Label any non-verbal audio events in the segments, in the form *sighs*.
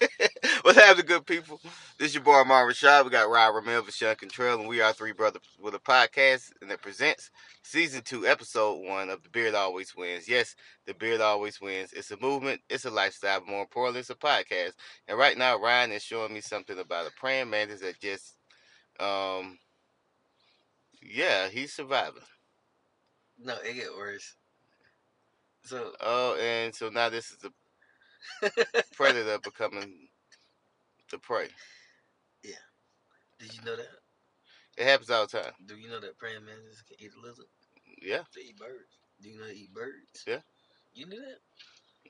*laughs* What's happening, good people? This your boy Amar Rashad. We got Rod Ramel, Sean Contrell, and we are three brothers with a podcast and that presents season two, episode one of The Beard Always Wins. Yes, The Beard Always Wins. It's a movement, it's a lifestyle, but more importantly, it's a podcast. And right now, Ryan is showing me something about a praying mantis that just, um, yeah, he's surviving. No, it get worse. So Oh, and so now this is the *laughs* predator becoming the prey. did you know that? It happens all the time. Do you know that praying mantis can eat a lizard? Yeah. They eat birds. Do you know they eat birds? Yeah. You knew that?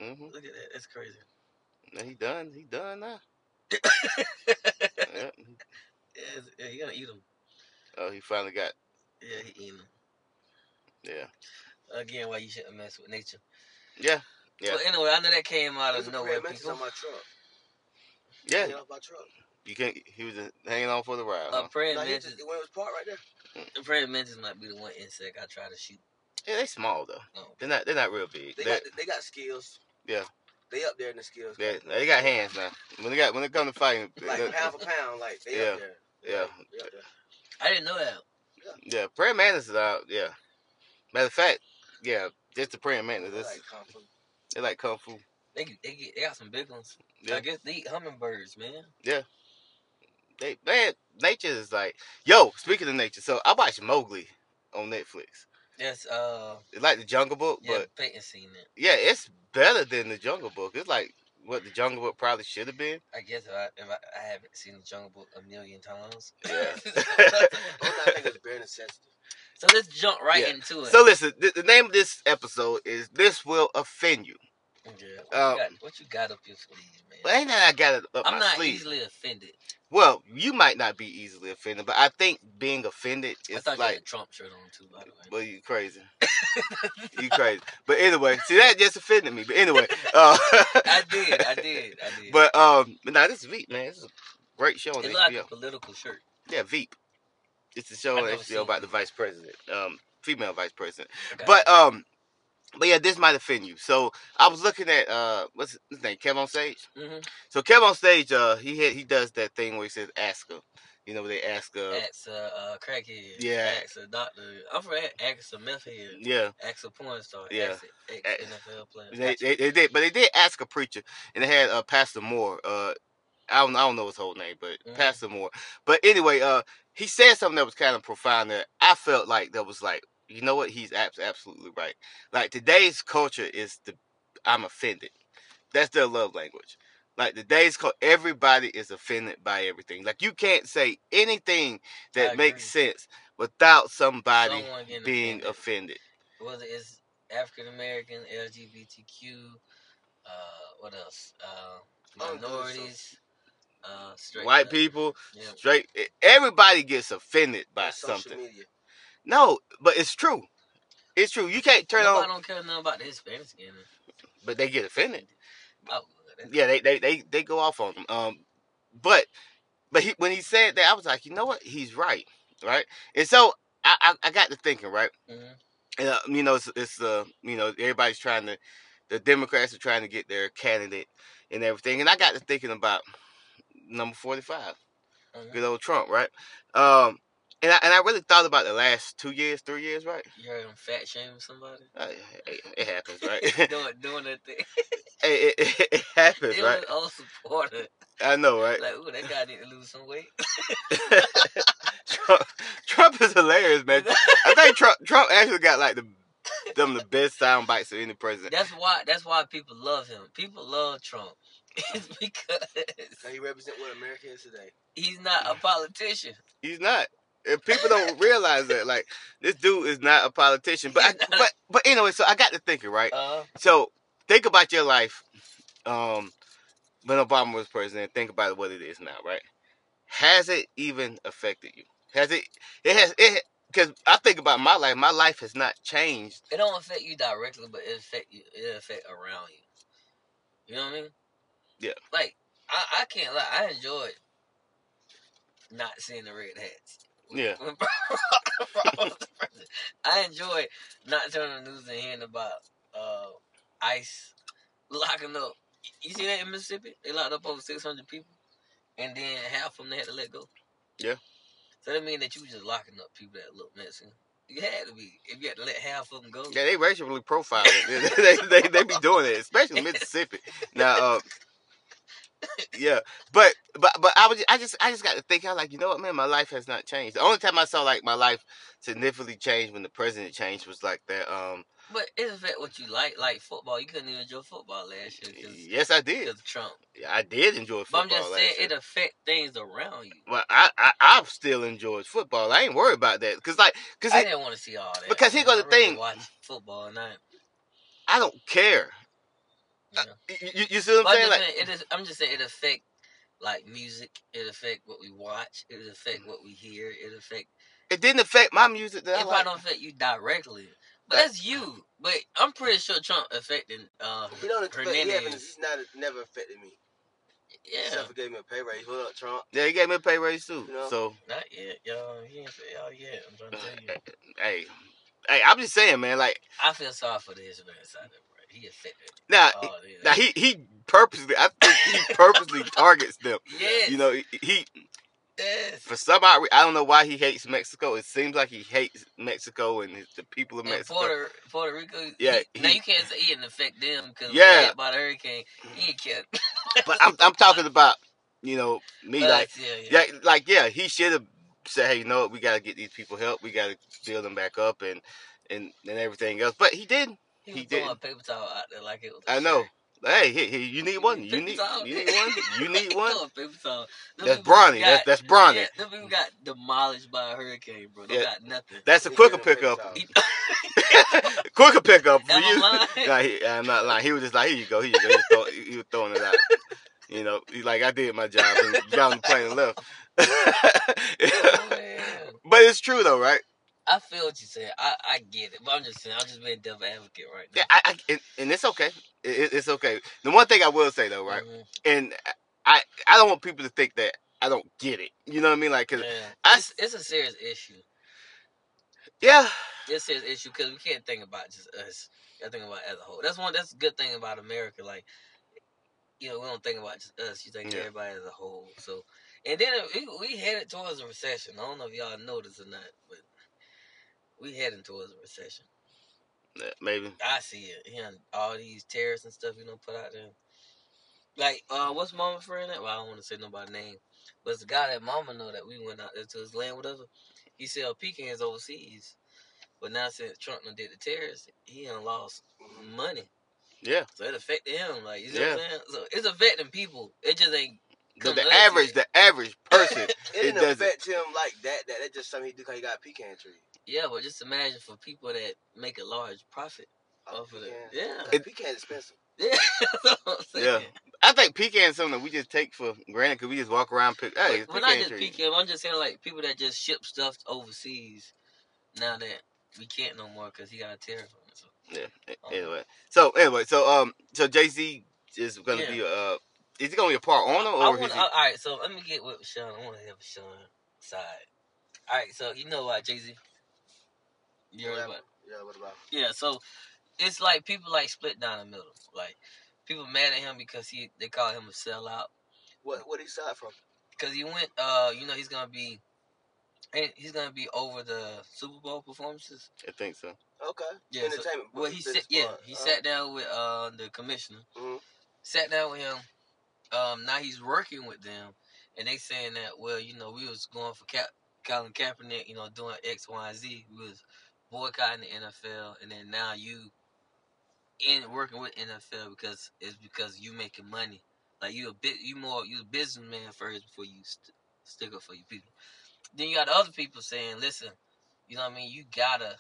Mm-hmm. Look at that. That's crazy. He done. He done *coughs* now. Yeah. yeah, yeah, you gotta eat them. Oh, he finally got. Yeah, he eating them. Yeah. Again, why you shouldn't mess with nature. Yeah. Yeah. But anyway, I know that came out There's of a nowhere, praying mantis people. on my truck. Yeah. Hanging off my truck. You can't. He was just hanging on for the ride, huh? A praying Now, he mantis, just, when it was parked right there. a praying mantis might be the one insect I try to shoot. Yeah, they small though. Oh, They're not. They're not real big. They They got they got skills. Yeah. They up there in the skills. they, category. they got hands now. When they got when they come to fighting, they- Like they- pound for pound, like they Yeah. up there. They yeah, up- they up there. I didn't know that. yeah. Praying mantis is out. Yeah. Matter of fact, yeah. Just the praying mantis. They It's, like kung fu. they like kung fu. They get- they, get, they got some big ones. Yeah. I guess they eat hummingbirds, man. They man, nature is like. Yo, speaking of nature, so I watched Mowgli on Netflix. That's uh, It's like the Jungle Book, yeah, but Peyton seen that. yeah, it's better than the Jungle Book. It's like what the Jungle Book probably should have been. I guess if I, if I, I haven't seen the Jungle Book a million times. *laughs* *laughs* Yeah. Only thing I think is bare necessity. so let's jump right Yeah. into it. So listen, the, the name of this episode is "This Will Offend You." Okay, what, Um, you got, what you got up your sleeve, man? But ain't that I got it up I'm my not sleeve? easily offended. Well, you might not be easily offended, but I think being offended I is thought you had like, a Trump shirt on too, by the way. well, you *laughs* crazy, you crazy. But anyway, see that just offended me. But anyway, uh, I did, I did, I *laughs* did. But um, but now this is Veep, man. This is a great show on it HBO. looked like a political shirt. Yeah, Veep. It's a show I on never HBO seen about the Veep. vice president, um, female vice president. I got But um, but yeah, this might offend you. So I was looking at uh, what's his name, Kev on stage. you. Mhm. So Kev on stage, uh, he hit, he does that thing where he says ask her, you know, where they ask her, Axe a uh, crackhead. Yeah. Axe a doctor. I'm from Axe a meth head. yeah, Axe a porn star. Yeah. Axe a ex NFL player. they, Gotcha. they, they did, but they did ask a preacher, and they had uh, Pastor Moore. Uh, I don't I don't know his whole name, but Mhm. Pastor Moore. But anyway, uh, he said something that was kind of profound. That I felt like that was like, you know what, he's abs- absolutely right. Like today's culture is the I'm offended. That's their love language. Like today's called everybody is offended by everything. Like you can't say anything that I makes sense without somebody Someone getting being offended. offended. whether it's African American, LGBTQ, uh, what else? Uh, I don't do it, so- minorities, uh, straight White up. people, Yeah. straight e, everybody gets offended by That's social something. media. No, but it's true. It's true. You can't turn Nobody on don't care nothing about the Hispanic skin. but they get offended. Oh, that's- Yeah, they they they, they go off on them. Um but but he, when he said that I was like, you know what? He's right. Right? And so I I, I got to thinking, right? mhm. And, uh, you know, it's, it's uh, you know, everybody's trying to, the Democrats are trying to get their candidate and everything. And I got to thinking about number forty-five, Mhm. good old Trump, right? Um, and I and I really thought about the last two years, three years, right? You heard him fat shaming somebody? Uh, It, it happens, *laughs* right? it, *laughs* doing, doing that thing. *laughs* it, it, it happens, They right? was all supportive. I know, *laughs* right? Like, ooh, that guy need to lose *laughs* some weight. Trump, *laughs* Trump is hilarious, *laughs* *laughs* man. I think Trump Trump actually got like the them the best sound bites of any president. that's why. That's why people love him. People love Trump. *laughs* It's because Now, he represent what America is today. he's not a politician. He's not. And people don't realize that. Like this dude is not a politician. But I, He's not. but but anyway, so I got to thinking, right? Uh, So think about your life. Um, when Obama was president, think about what it is now, right? Has it even affected you? Has it? It has. It because I think about my life. My life has not changed. it don't affect you directly, but it affect you. It affect around you. You know what I mean? Yeah. Like I, I can't lie. I enjoyed not seeing the red hats. *laughs* Yeah. When Barack Obama was the president, I enjoyed not turning the news and hearing about uh, ICE locking up You see that in Mississippi? They locked up over 600 people, and then half of them they had to let go. Yeah. So that mean that you just locking up people that look Mexican. You had to be if you had to let half of them go. Yeah, they racially profile it. *laughs* they, they, they, they be doing it, especially Mississippi. Now, uh, yeah, but but but I was I just I just got to think I was like you know what man my life has not changed. The only time I saw like my life significantly change when the president changed was like that. Um, But it's affect what you like, like football. You couldn't even enjoy football last year yes, I did. because of Trump. I did enjoy But football. I'm just last saying year. it affect things around you. Well, I, I I still enjoyed football. I ain't worried about that because like because I I, didn't want to see all that because here goes man. I the rather thing. Watch football and I. don't care. Yeah. You, you, you see what But Uh, I'm saying? I'm just Like saying, it is, I'm just saying it affect like music. It affect what we watch. It affect what we hear. It affect. it didn't affect my music that It I probably like. don't affect you directly, but That- that's you. But I'm pretty sure Trump affecting. Uh, He don't expect. He haven't, Hernandez. he's not never affected me. He yeah, never gave me a pay raise. Hold up, Trump. Yeah, he gave me a pay raise too. You know? So not yet, y'all. He ain't say y'all yet. I'm trying to tell *laughs* you. hey, hey, I'm just saying, man. Like I feel sorry for the Israel side of it, bro. He affected now, all this. now he he purposely, I think he purposely targets them. yes, You know, he, he yes. for some odd, re- I don't know why he hates Mexico. It seems like he hates Mexico and his, the people of And Mexico. Puerto Puerto Rico, Yeah, He, now he- you can't say he didn't affect them because Yeah. hit by the hurricane, he kept. But I'm I'm talking about you know me like. us, yeah, yeah. Yeah, like yeah, he should have said, "Hey, you know what? We gotta get these people help. We gotta build them back up and and and everything else." But he didn't. He, He was throwing didn't. a paper towel out there like it was. a I know. shirt. Hey, he, he, you need one. You Paper need towel. you need one. You need *laughs* He one. throwing paper towel. Them That's people Bronny. That's got- that's Bronny. Yeah, them people got demolished by a hurricane, bro. They Yeah. got nothing. That's a He quicker gave me a paper pickup. towel. He- *laughs* quicker pickup for Am you. *laughs* I lying? *laughs* Nah, he, I'm not lying. He was just like, "Here you go. Here you go." He was, throw, he was throwing it out. You know, he like I did my job and got on the plane and left. Oh, man. *laughs* but it's true though, right? I feel what you're saying. I, I get it, but I'm just saying. I'm just being devil advocate right now. Yeah, I, I and, and it's okay. It, it- it's okay. The one thing I will say though, right? Mhm. And I I don't want people to think that I don't get it. You know what I mean? Like, 'cause- Yeah. I- it's, it's a serious issue. yeah, It's a serious issue because we can't think about just us. I think about as a whole. That's one. That's a good thing about America. Like, you know, we don't think about just us. You think Yeah. everybody as a whole. So, and then we, we headed towards a recession. I don't know if y'all noticed or not, but we heading towards a recession. yeah, uh, maybe. I see it. You know, all these tariffs and stuff you know put out there. Like, uh, what's mama friend? At? Well, I don't want to say nobody's name, but it's the guy that mama know that we went out there to his land, whatever. He sell pecans overseas, but now since Trump done did the tariffs, he done lost money. Yeah, So it affected him. Like, you see what Yeah. I'm saying? So it's affecting people. It just ain't. but Come the look average at- the average person. It didn't doesn't. affect him like that. That that's just something he do because he got a pecan tree. Yeah, but just imagine for people that make a large profit Oh, off of it. pecan. Yeah. *laughs* Because pecan's expensive. Yeah. That's what I'm saying. Yeah. I think pecan is something that we just take for granted because we just walk around. Pick, hey, it's But well, not pecan just tree. pecan. I'm just saying like people that just ship stuff overseas. Now that we can't no more because he got a tariff on it. So Yeah. a- Oh. Anyway, so anyway, so um, so Jay Z is gonna Yeah. be uh, is it gonna be a part owner I or want. is to he? All right. So let me get with Sean. I want to have Sean side. All right. So you know what, Jay Z. You heard about? Whatever. Yeah, what about? Yeah. So it's like people like split down the middle. Like people mad at him because he they call him a sellout. What what he side from? Cause he went, uh, you know, he's gonna be, ain't- he's gonna be over the Super Bowl performances. I think so. Okay. Yeah, so- Entertainment. Well, he sat, business yeah, part. he Uh, sat down with uh the commissioner, mhm. sat down with him. Um, now he's working with them, and they saying that, well, you know, we was going for Cap, Colin Kaepernick, you know, doing X, Y, and Z. We was boycotting the NFL, and then now you in working with NFL because it's because you making money. Like you a bit, you more you a businessman first before you st- stick up for your people. Then you got the other people saying, listen, you know what I mean? You gotta,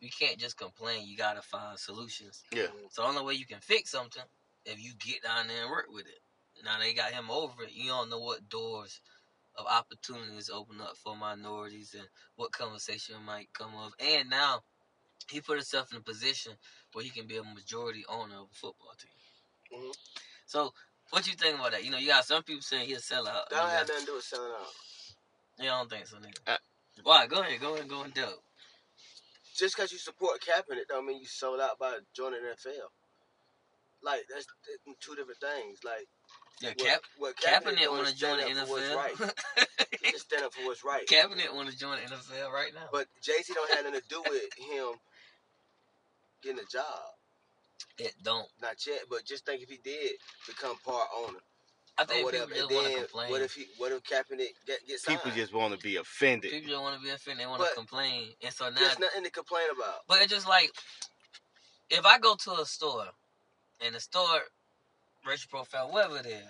you can't just complain. You gotta find solutions. Yeah. So the only way you can fix something if you get down there and work with it. Now they got him over it. You don't know what doors of opportunities open up for minorities and what conversation might come of. And now he put himself in a position where he can be a majority owner of a football team. Mhm. So what you think about that? You know, you got some people saying he'll sell out. That don't You have got- nothing to do with selling out. Yeah, I don't think so, nigga. Uh, Why? Go ahead, go ahead, go and dope. Just because you support Kaepernick don't mean you sold out by joining the NFL. like that's th- two different things. Like Yeah, what- Cap what Kaepernick doing want is to join the stand up for *laughs* what's NFL. right. He just stand up for what's right. Kaepernick want to join the NFL right now. But Jay Z don't have nothing to do with him getting a job. it don't. Not yet, but just think if he did become part owner I or think people whatever, and just want to then what complain. if he, what if Kaepernick get get signed? People just want to be offended. People just want to be offended. They want to But- complain, and so now There's nothing to complain about. But it's just like if I go to a store and the store racial profile, whatever it is,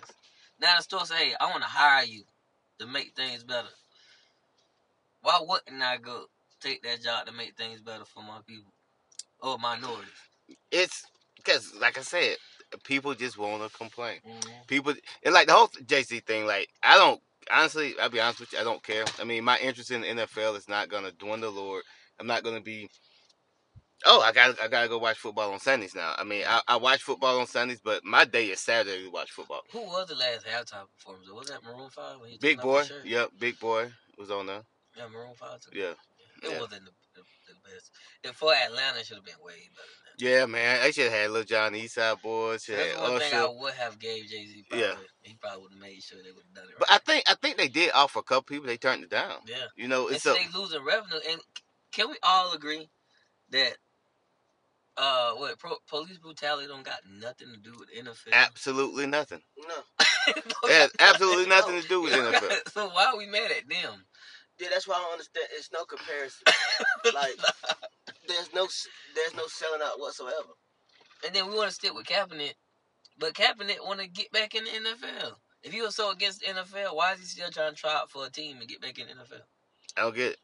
now the store say, Hey, I wanna hire you to make things better. Why wouldn't I go take that job to make things better for my people? Or minorities. It's because, like I said, people just want to complain. Mm-hmm. People and like the whole JC thing. Like I don't honestly. I'll be honest with you. I don't care. I mean, my interest in the NFL is not gonna dwindle or I'm not gonna be. Oh, I got to I gotta go watch football on Sundays now. I mean, I, I watch football on Sundays, but my day is Saturday to watch football. Who was the last halftime performance? Was that Maroon Five? When he took Big off his boy, shirt? yep, big boy was on there. Yeah, Maroon Five. Took Yeah, It yeah. wasn't the, the, the best. And for Atlanta, it should have been way better. yeah, man. They should have had Lil John Eastside Boy. Should Than have had that. That's one thing I Usher. would have gave Jay Z. oh, Yeah. he probably would have made sure they would have done it. But right. I think I think they did offer a couple people. They turned it down. Yeah. You know, And it's so a they losing revenue. And can we all agree that uh what pro- police brutality don't got nothing to do with NFL? absolutely nothing. No, *laughs* It It don't *laughs* has got absolutely nothing *laughs* to do with it don't NFL. got- so why are we mad at them? yeah, that's why I don't understand. It's no comparison. *laughs* Like- There's no, s- there's no selling out whatsoever. and then we want to stick with Kaepernick, but Kaepernick want to get back in the NFL. If you were so against the NFL, why is he still trying to try out for a team and get back in the NFL? I don't get it.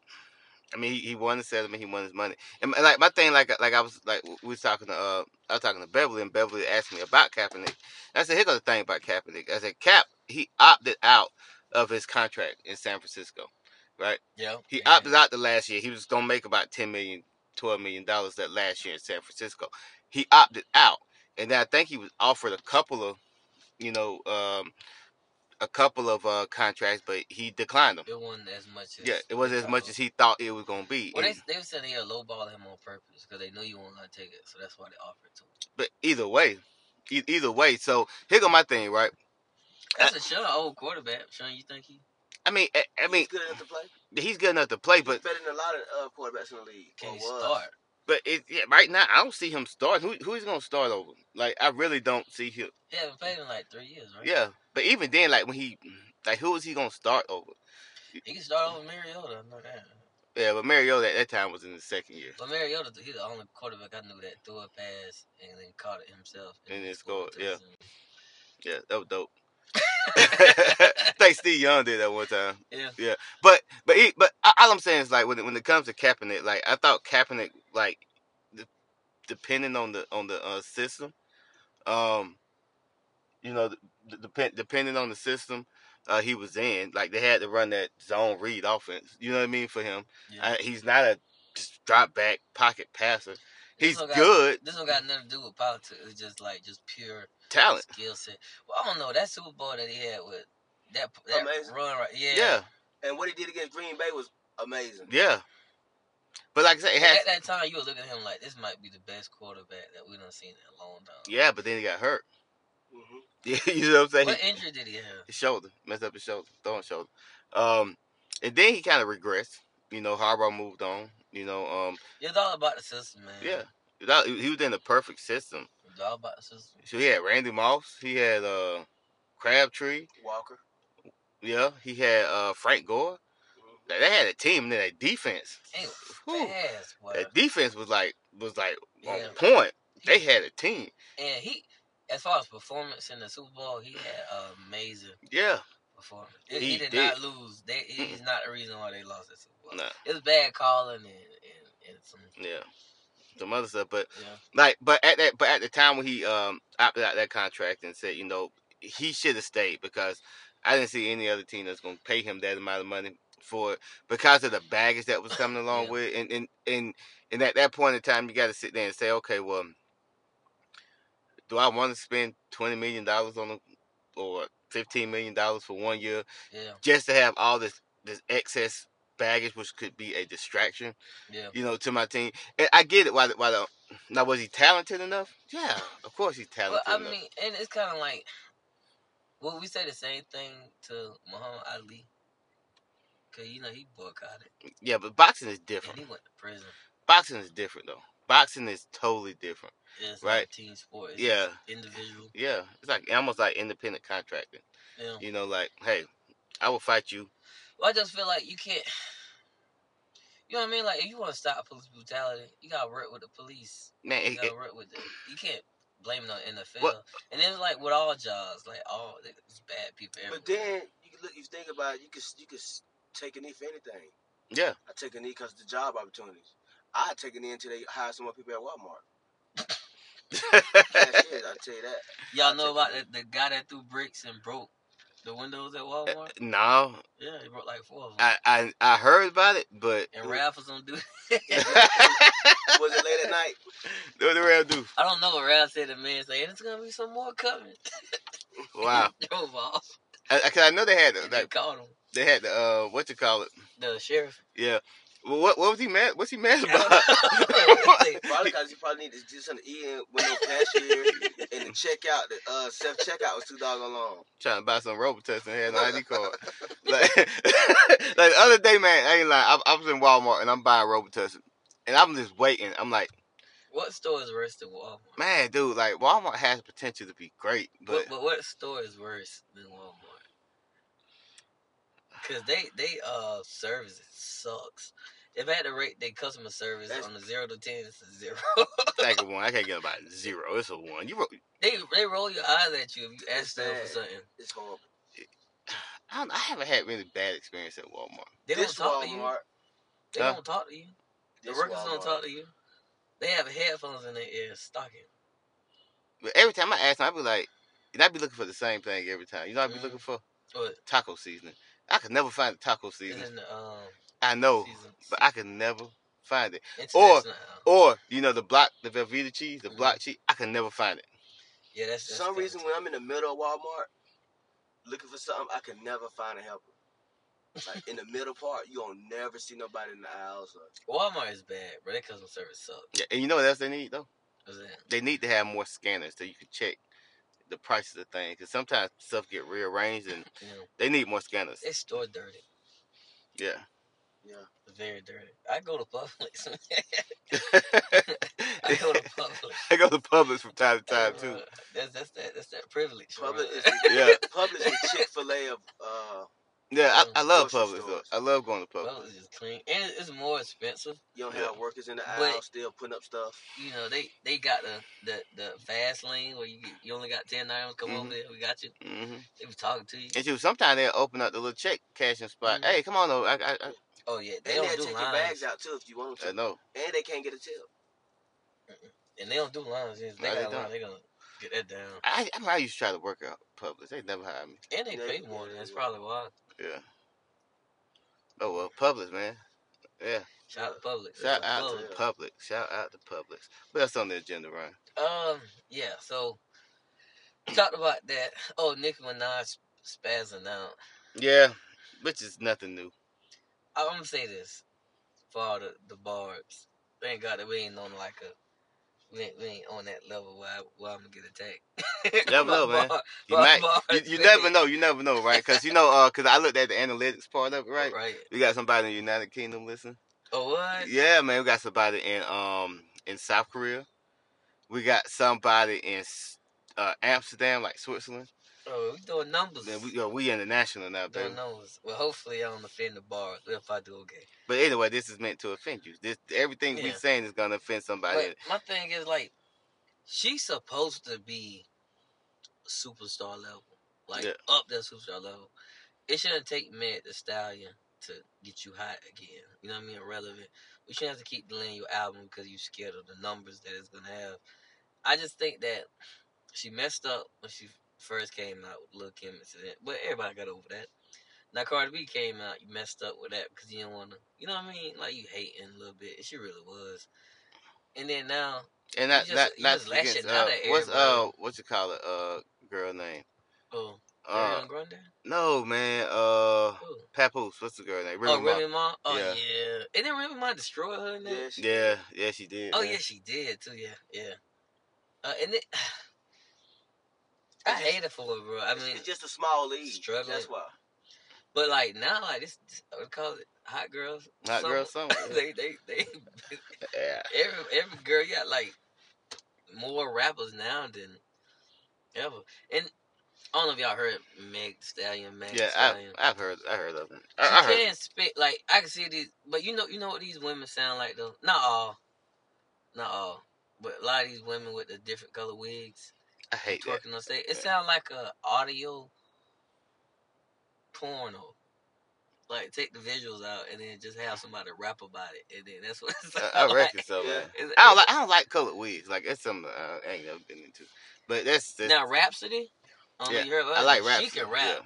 I mean, he, he won the settlement. He won his money. And my- like my thing, like like I was like we was talking to uh I was talking to Beverly, and Beverly asked me about Kaepernick. I said, "Here goes the thing about Kaepernick." I said, "Cap, he opted out of his contract in San Francisco, right? Yeah, He opted out the last year. He was gonna make about 10 million, 12 million dollars that last year in San Francisco. He opted out, and then I think he was offered a couple of, you know, um, a couple of uh contracts, but he declined them. It wasn't as much. As uh, Yeah, it wasn't as much as he thought it was gonna be. Well, they And- they were saying they had lowball him on purpose because they knew you weren't gonna take it, so that's why they offered to him. but either way, e- either way. So here go my thing, right? Uh, That's a Sean old quarterback. Sean, you think he I mean, I, I mean, He's good enough to play. he's good enough to play, He's but better than a lot of uh, quarterbacks in the league. can he or was. start? but it, yeah, right now I don't see him starting. Who who he's gonna start over? Like I really don't see him. He haven't played in like three years, right? Yeah, but even then, like when he, like who is he gonna start over? He can start over Mariota. I know that. Yeah, but Mariota at that time was in his second year But Mariota, he's the only quarterback I knew that threw a pass and then caught it himself and then scored. scored a Yeah, touchdown. yeah, that was dope. *laughs* think Steve Young did that one time. Yeah. yeah. But but he, but a- all I'm saying is like when it, when it comes to Kaepernick, like I thought Kaepernick, like de- depending on the on the uh, system, um, you know, d- depend depending on the system uh, he was in, like they had to run that zone read offense. You know what I mean for him? Yeah. I, he's not a just drop back pocket passer. This He's don't got- good This don't got nothing to do with politics. It's just like just pure talent. skill set. Well, I don't know that Super Bowl that he had with that that Amazing. run right. Yeah, Yeah, And what he did against Green Bay was amazing. yeah. But like I said, it has. At that time, you were looking at him like this might be the best quarterback that we done seen in a long time. Yeah, but then he got hurt. *laughs* hmm you know what I'm saying? What injury did he have? his shoulder, messed up his shoulder, throwing shoulder. Um, and then he kind of regressed. You know, Harbaugh moved on. You know, um, It's all about the system, man. yeah, That- he was in the perfect system. It's all about the system. So he had Randy Moss, he had uh, Crabtree, Walker. yeah, he had uh, Frank Gore. Mhm. Like, they had a team. Then that defense, They were Whew. fast, boy. that defense was like was like on Yeah. point. They had a team. And he, as far as performance in the Super Bowl, he had an amazing Yeah, performance. He, he He did, did. not lose. They, he's not the reason why they lost the Super Bowl. no, It was bad calling and, and, and some. yeah, some other stuff, but Yeah. like but at that but at the time when he um opted out that contract and said you know he should have stayed because i didn't see any other team that's going to pay him that amount of money for it because of the baggage that was coming along Yeah. with it. and and and and at that point in time you got to sit there and say okay well do i want to spend 20 million dollars on a, or 15 million dollars for one year Yeah, just to have all this this excess baggage which could be a distraction yeah. you know, to my team. And I get it why the, why the Now was he talented enough? Yeah, of course he's talented. But I enough. mean, and it's kind of like, well, we say the same thing to Muhammad Ali, cause you know he boycotted yeah, but boxing is and different. he went to prison. Boxing is different though. Boxing is totally different. It's not Right. a team sport. It's Yeah, individual. yeah. It's like almost like independent contracting. Yeah. You know, like hey, I will fight you. Well, I just feel like you can't. *sighs* You know what I mean? Like if you want to stop police brutality, you gotta work with the police. Man, You it, gotta it, work with the, You can't blame it on NFL. What- uh And then like with all jobs, like all there's bad people. Everywhere. But then you can look, you think about it, you could you could s- take a knee for anything. yeah. I take a knee because the job opportunities. I take a knee until they hire some more people at Walmart. That's it. I tell you that. y'all I'll know take about the, it. the guy that threw bricks and broke the windows at Walmart. *laughs* no, Yeah, he broke like four of them. I, I I heard about it, but and Ralph was on *laughs* duty. Was it late at night? *laughs* what the real do? I don't know what Ralph said. The man said, "It's gonna be some more coming." *laughs* Wow, Drove off. I, I, 'cause I know they had the, And they like called him. they had the uh what you call it? The sheriff. Yeah. Well, what what was he mad? What's he *laughs* mad I about? *laughs* don't know. Probably because you probably need to do something to eat E in when *laughs* the cashier and the checkout, the uh, self checkout was too doggone long. trying to buy some Robitussin and had no ID *laughs* card. like, *laughs* like the other day, man, I ain't lying. I, I was in Walmart and I'm buying Robitussin, and I'm just waiting. I'm like, what store is worse than Walmart? man, dude, like Walmart has the potential to be great, but But, but what store is worse than Walmart? Cause they they uh service sucks. If I had to rate their customer service That's- on a zero to ten, it's a zero. like a one, I can't get about zero. It's a one. You, ro- they they roll your eyes at you if you ask them for Bad. something. It's horrible. I, don't, I haven't had really bad experience at Walmart. They this don't talk Walmart, to you. They Huh? don't talk to you. The this workers don't Walmart. talk to you. They have headphones in their ears, stocking. But every time I ask them, I be like, and I be looking for the same thing every time. You know, what I be Mhm. looking for What? taco seasoning. I could never find the taco It's seasoning. in the um I know, season. but I could never find it. international. Or you know, the block, the Velveeta cheese, the block cheese. I could never find it. yeah, that's, For that's some reason, when stereotype. I'm in the middle of Walmart looking for something, I can never find a helper. Like in the middle part, you don't never see nobody in the aisles. Or, Walmart is bad, bro. Their customer service sucks. Yeah, and you know what else they need though? What's that? They need to have more scanners so you can check the prices of things. Cause sometimes stuff get rearranged, and You know, they need more scanners. it's store dirty. Yeah. yeah, Very dirty. I go to Publix. *laughs* *laughs* I I *laughs* go to Publix. go to Publix from time to time too. Bruh, That's that's that that's that privilege. Publix bruh. is Yeah, Publix and Chick Fil A of uh, yeah. I, I love Publix Grocery though. stores. I love going to Publix. *laughs* Publix is clean and it- it's more expensive. you don't Yeah. have workers in the But- aisle still putting up stuff. You know they they got the the, the fast lane where you get, you only got ten items. Come Mm-hmm. over there, we got you. hmm They be talking to you. And too, sometimes they'll open up the little check cashing spot. Mhm. Hey, come on over. I, I, I, Oh yeah, they And don't they'll do take your lines. bags out too if you want I them know. to. And they can't get a tip. And they don't do lines. If They No, they got a don't. line. They gonna get that down. I, I, mean, I used to try to work out Publix. They never hired me. And they Yeah, pay yeah, more. they That's do. probably why. Yeah. Oh well, Publix, man. Yeah. Shout out to Publix. Shout That's out Publix. to Publix. Shout out to Publix. What else on the agenda, Ryan? Um, yeah, so we talked about that. Oh, Nicki Minaj spazzing out. Yeah, which is nothing new. I- I'm gonna say this for all the, the barbs. Thank God that we ain't on like a we ain't, we ain't on that level where, I, where I'm gonna get attacked. *laughs* Never My know, man. bar- You my might, bar you, is you bad. never know. You never know, right? Because you know, uh, because I looked at the analytics part of it, right? Right. We got somebody in the United Kingdom. Listen. Oh what? Yeah, man. We got somebody in um in South Korea. We got somebody in S- uh, Amsterdam, like Switzerland. Oh, we doing numbers. Then we uh, we international now, doing baby. numbers. Well, hopefully I don't offend the barbs. But if I do, okay. But anyway, this is meant to offend you. This everything we Yeah. saying is gonna offend somebody. But my thing is like, she's supposed to be superstar level, like Yeah. up that superstar level. It shouldn't take Meg the Stallion to get you hot again. You know what I mean? Irrelevant. We shouldn't have to keep delaying your album because you're scared of the numbers that it's gonna have. I just think that she messed up when she first came out with Lil Kim incident, but everybody got over that. Now Cardi B came out, you messed up with that because you didn't want to. You know what I mean? Like you hating a little bit. She really was. And then now And not just- not you not just lashing against, out uh, at what's everybody. uh what you call it uh girl name Oh, uh Ariana Grande? No, man. Uh, Who? Papoose. What's the girl name? Remy Oh, Ma. Remy Ma. Oh Yeah. yeah. And then Remy Ma destroyed her in that. Yeah, she- Yeah, yeah, she did. Oh man. yeah, she did too. Yeah, yeah. Uh, and it, *sighs* I It's just- hate it for her, bro. I it's- mean, it's just a small league. Mm. struggling. That's why. but like now, like this, this I would call it hot girls. Hot girl summer. summer. Yeah. *laughs* they, they, they. yeah. Every, every girl got like more rappers now than ever. And I don't know if y'all heard Meg Thee Stallion. Meg Thee Yeah, I, Stallion. I've heard, I heard of them. I, I She heard. can spit like I can see these, but you know, you know what these women sound like though. Not all, not all, but a lot of these women with the different color wigs I hate *laughs* that. twerking on stage. It Yeah. sound like a audio porno. Like take the visuals out and then just have somebody rap about it, and then that's what it *laughs* sound I, I like. reckon so, man. Yeah. *laughs* It's- I don't like, I don't like colored wigs. Like that's something uh, I ain't never been into. But that's, that's *laughs* now Rhapsody. I don't know Yeah, if you heard of I her. like rap. She can rap.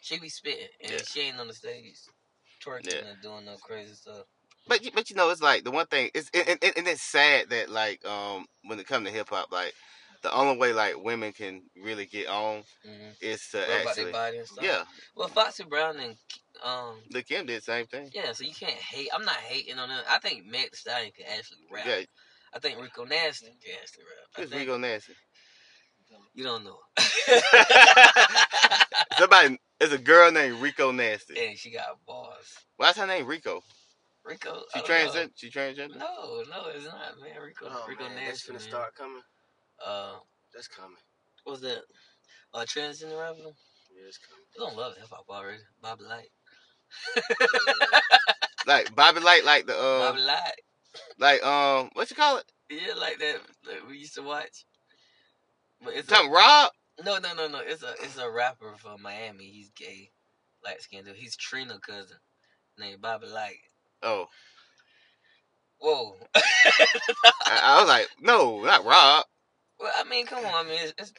She be spitting, and Yeah. she ain't on the stage twerking Yeah. and doing no crazy stuff. But you- but you know, it's like the one thing. It's and, and, and it's sad that like um when it comes to hip hop, like the only way like women can really get on Mhm. is to What about actually. their body and stuff? Yeah, Well, Foxy Brown and um, the Kim did the same thing. yeah, so you can't hate. I'm not hating on them. I think Meg Thee Stallion can actually rap. Yeah, I think Rico Nasty can actually rap. I who's think Rico *laughs* Nasty? you *laughs* don't know. *laughs* Somebody, there's a girl named Rico Nasty. and she got bars. Why's her name Rico? Rico, She I don't know. transgender. She transgender. No, no, it's not, man. Rico, Oh Rico man, Nasty. that's gonna Man. start coming. Uh, That's coming. what was that? Uh, transgender rapper. Yeah, it's coming. *laughs* You don't love hip hop already. Bobby Light. Like Bobby Light, like the uh, Bobby Light. like um, what you call it? Yeah, like that that we used to watch. But it's a, Something Rob. no, no, no, no. It's a it's a rapper from Miami. He's gay, light skinned dude. He's Trina cousin, named Bobby Light. Oh, Whoa. *laughs* I, I was like, no, not Rob. well, I mean, come on. I mean, it's, it's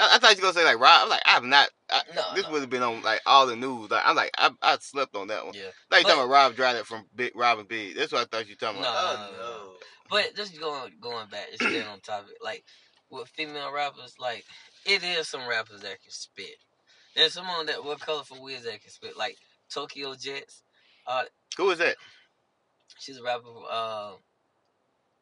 I, I thought you were gonna say like Rob. I'm like, I have not. I, No, this no. would have been on like all the news. Like I'm like, I, I slept on that one. yeah. Like you But- talking about Rob Dryden from Big Robin B. That's what I thought you were talking about. Oh Uh, no. But just going going back, it's still on topic. Like with female rappers, like it is some rappers that can spit. There's someone that with colorful wigs that can spit, like Tokyo Jets. Who is that? She's a rapper. Uh,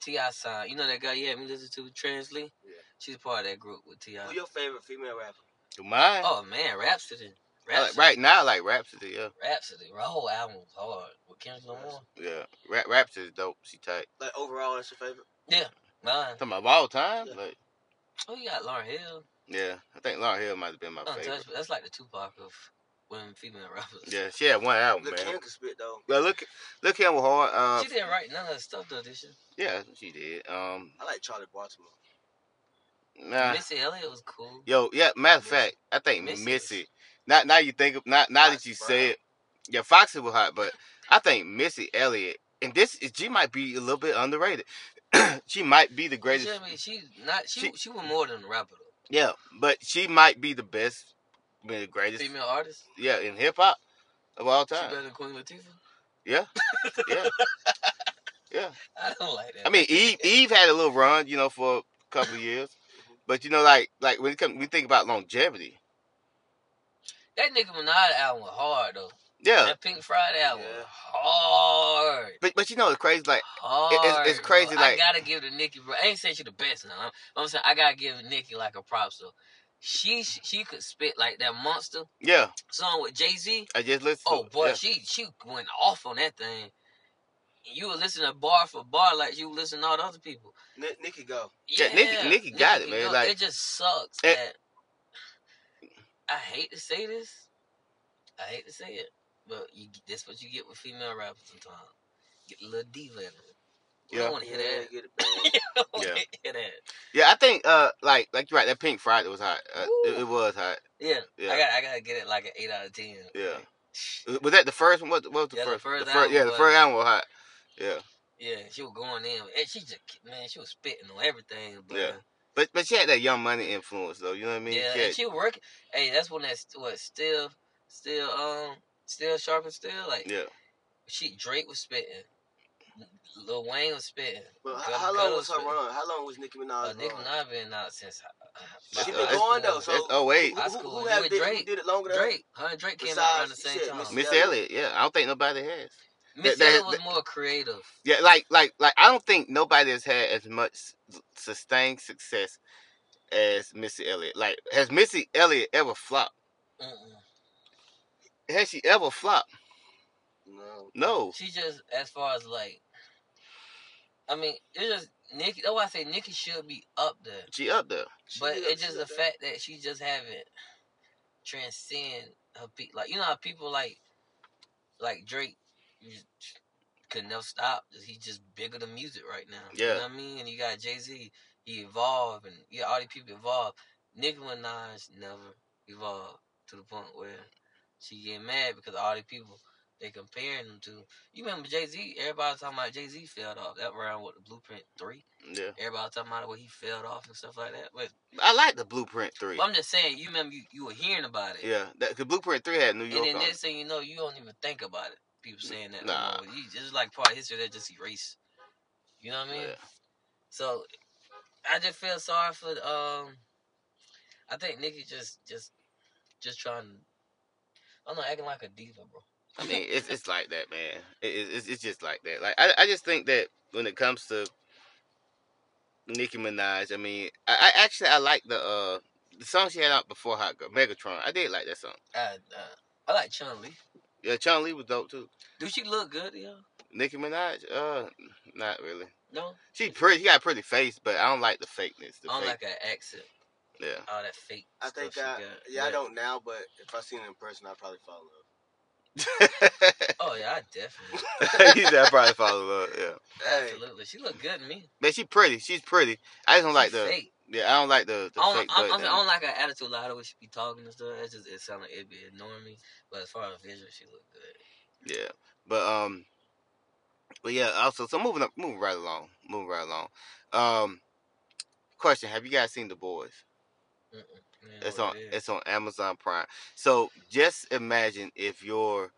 Ti sign. You know that guy you had me listen to, Transley. Yeah. She's part of that group with Ti. Who your Uh, favorite female rapper? Do mine? Oh man, Rhapsody. I like- Rhapsody. right now, I like Rhapsody. Yeah, Rhapsody. Her whole album was hard with Kendrick Lamar. yeah. Rap Rhapsody's dope. She tight. Like overall, that's your favorite. Mine. Talking about of all time. Yeah. Like, Oh, you got Lauren Hill. yeah. I think Lauren Hill might have been my favorite. Untouchable. That's like the Tupac of women female rappers. Yeah, she had one album, Look, Oh, man. Kim can spit though. Well, look, look him with hard. Uh, She didn't write none of her stuff though, did she? yeah, she did. Um, I like Charlie Baltimore. nah. Missy Elliott was cool. Yo, yeah. Matter of Missy. fact, I think Missy Missy. was- Not now you think of not now that Foxy you Brown. say it. Yeah, Foxy was hot, but I think Missy Elliott and this is- she might be a little bit underrated. *clears throat* she might be the greatest. Greatest. You know what I mean? She not she she, She- was more than a rapper though. Yeah, but she might be the best, be the greatest. Female artist. Yeah, in hip hop of all She time. better than Queen Latifah. *laughs* Yeah, yeah. I don't like that. I mean, Eve Eve had a little run, you know, for a couple of years. Mm-hmm. But you know, like like when it come, we think about longevity. that Nicki Minaj album was hard though. Yeah, That Pink Friday album Yeah. was hard. but but you know, it's crazy. Like Hard, it's bro. crazy, I like- gotta give the Nikki, bro. I ain't saying she the best now. I'm, I'm saying I gotta give Nikki like a props though. She she could spit like that monster yeah, song with Jay Z. I just listened. Oh to it. boy, yeah. she she went off on that thing. You were listening bar for bar like you listen to all the other people. Ni- Nikki go. Yeah, Nicki- Nicki got it, can man, go. like- it just sucks It- that I hate to say this. I hate to say it, but you that's what you get with female rappers sometimes. Get a little diva in it. You Yeah. don't want to hear that. *laughs* get it, babe. You don't Yeah. wanna hear that. Yeah, I think uh like like you're right. That Pink Friday was hot. Uh, it, Woo. it was hot. Yeah, Yeah. I got I gotta get it like an eight out of ten. Yeah. Like, Was that the first one? What, what was the Yeah, the first? first the album yeah, the was- first album was hot. Yeah, yeah, she was going in, and she just man, she was spitting on everything. But Yeah. but but she had that Young Money influence though. You know what I mean? yeah, she and had, she working. Hey, that's when that's what still, still um, still sharp and still like yeah, she Drake was spitting. Lil Wayne was spitting. But h- Gunna- how long Gunna was her spitting. run? How long was Nicki Minaj Uh, run? Nicki Minaj been out since. uh, She high been that's- going school. though. So That's, oh wait, High who, who, school, who, you have with did, who Drake. did it longer than her? Drake, her and Drake came out around the Besides, same shit, time. Miss- Miss Miss Elliott. Elliott. Yeah, I don't think nobody has. that- Elliott was that- more creative. Yeah, like like like I don't think nobody has had as much s- sustained success as Missy Elliott. Like, has Missy Elliott ever flopped? Mm-mm. Has she ever flopped? No. No. She just, as far as like, I mean, it's just Nicki. That's why I say Nicki should be up there, She up there. She but did- it's she just the did that. fact that she just haven't transcend her people. Like you know how people like, like Drake, you just could never stop. He just bigger than music right now. Yeah. You know what I mean? And you got Jay Z, he evolved, and yeah, all these people evolved. Nicki Minaj never evolved to the point where she get mad because all these people they comparing them to. You remember Jay Z? Everybody talking about Jay Z failed off that round with the Blueprint Three. Yeah. Everybody talking about where he failed off and stuff like that. But, I like the Blueprint three. but I'm just saying, you remember you, you were hearing about it, Yeah, that the Blueprint three had New and York then on. it. next thing you know, you don't even think about it. People saying that. no Nah. more. You- It's like part of history that just erased. You know what I mean? Yeah. So I just feel sorry for the, um. I think Nikki just just just trying. to- I don't know, acting like a diva, bro. I mean, it's it's like that, man. It, it, it's it's just like that. Like I I just think that when it comes to Nicki Minaj, I mean, I, I actually I like the uh the song she had out before Hot Girl Megatron. I did like that song. I, uh, I like Chun Li. Yeah, Chun Lee was dope too. Do she look good, yo? Nicki Minaj, uh, not really. No, She pretty. She got a pretty face, but I don't like the fakeness. The I don't fake. like her accent. yeah. All that fake. I stuff think she I, got. yeah, I But- don't now, but if I seen it in person, I'd probably fall in love. Oh yeah, I *laughs* definitely. you should probably fall in love. Yeah. Hey, Absolutely, she look good to me. But she pretty. She's pretty. I just don't She like the. fake. Yeah, I don't like the the I don't, fake I'm, butt. I'm, I down. don't like her attitude, a lot of what she be talking and stuff. It's just it sound like it be annoying me. But as far as visual, she look good. Yeah, but um, but yeah. Also, so moving up, moving right along, moving right along. Um, question: Have you guys seen The Boys? Mm-mm. Man, It's what on. it is. It's on Amazon Prime. So just imagine if your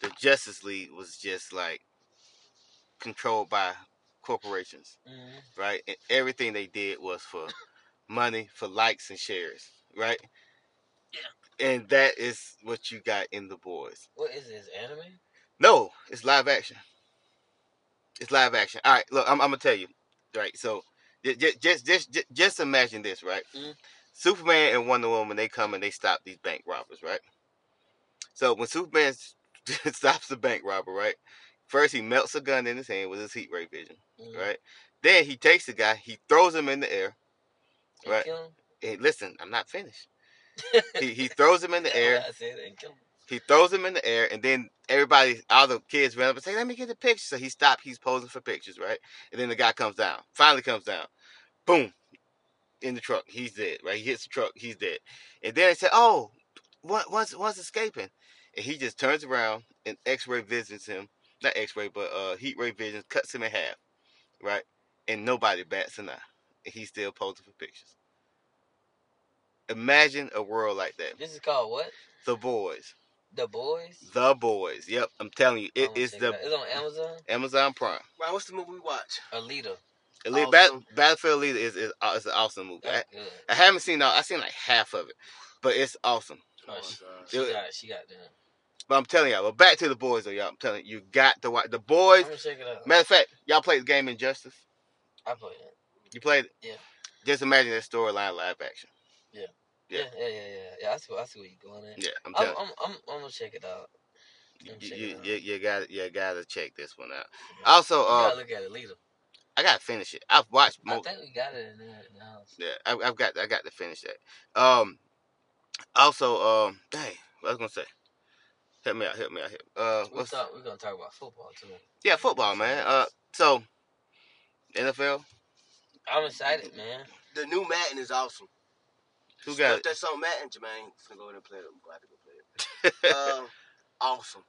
the Justice League was just like controlled by corporations, Mhm. right? And everything they did was for money, for likes and shares, right? Yeah. And that is what you got in The Boys. What is this anime? No, it's live action. It's live action. All right, look, I'm, I'm gonna tell you. Right, so just just just just, just imagine this, right? Mhm. Superman and Wonder Woman, they come and they stop these bank robbers, right? So when Superman s- *laughs* stops the bank robber, right? First he melts a gun in his hand with his heat ray vision, Mhm. right? Then he takes the guy, he throws him in the air. And Right. kill 'em? And listen, I'm not finished. He he throws him in the That's air. what I said and kill 'em. He throws him in the air, and then everybody, all the kids ran up and say, "Let me get a picture." So he stopped. He's posing for pictures, right? And then the guy comes down. Finally, comes down. Boom, in the truck. He's dead, right? He hits the truck. He's dead. And then they say, "Oh, one, one's one's escaping," and he just turns around and X-ray visions him. Not X-ray, but uh, heat ray vision cuts him in half, right? And nobody bats an eye. And he's still posing for pictures. Imagine a world like that. This is called what? The boys. The Boys. The boys. Yep, I'm telling you, I'm it gonna is check the it out. It's on Amazon. Amazon Prime. Ryan, what's the movie we watch? Alita. Elite, Awesome. Bat- Battlefield Elite is, is is an awesome movie. I, That's good. I haven't seen all. I seen like half of it, but it's awesome. Oh, Oh, my she, God. she Dude. got she got them. But I'm telling y'all. But back to the boys though, y'all. I'm telling you, you got to watch the boys. I'm gonna check it out. Matter of fact, y'all played the game Injustice. I put it. You played it. Yeah. Just imagine that storyline live action. Yeah. Yeah. yeah, yeah, yeah, yeah, yeah. I see, I see where you're going at. Yeah, I'm I'm, telling I'm, I'm, I'm gonna check it out. you, I'm you, checking you, it out. you, you got you gotta check this one out. Yeah. Also, You uh, gotta look at Alita. I gotta finish it. I've watched I most. think we got it in there in the house. Yeah, I, I've got I got to finish that. Um, also, um, dang, what I was gonna say. Help me out. Help me out. Help. Uh, We what's thought we're gonna talk about football too. Yeah, football, man. Uh, so NFL, I'm excited, man. The new Madden is awesome. who Got got that song Madden, Jermaine. Finna go in and play it. I'm glad to go play it. um, awesome.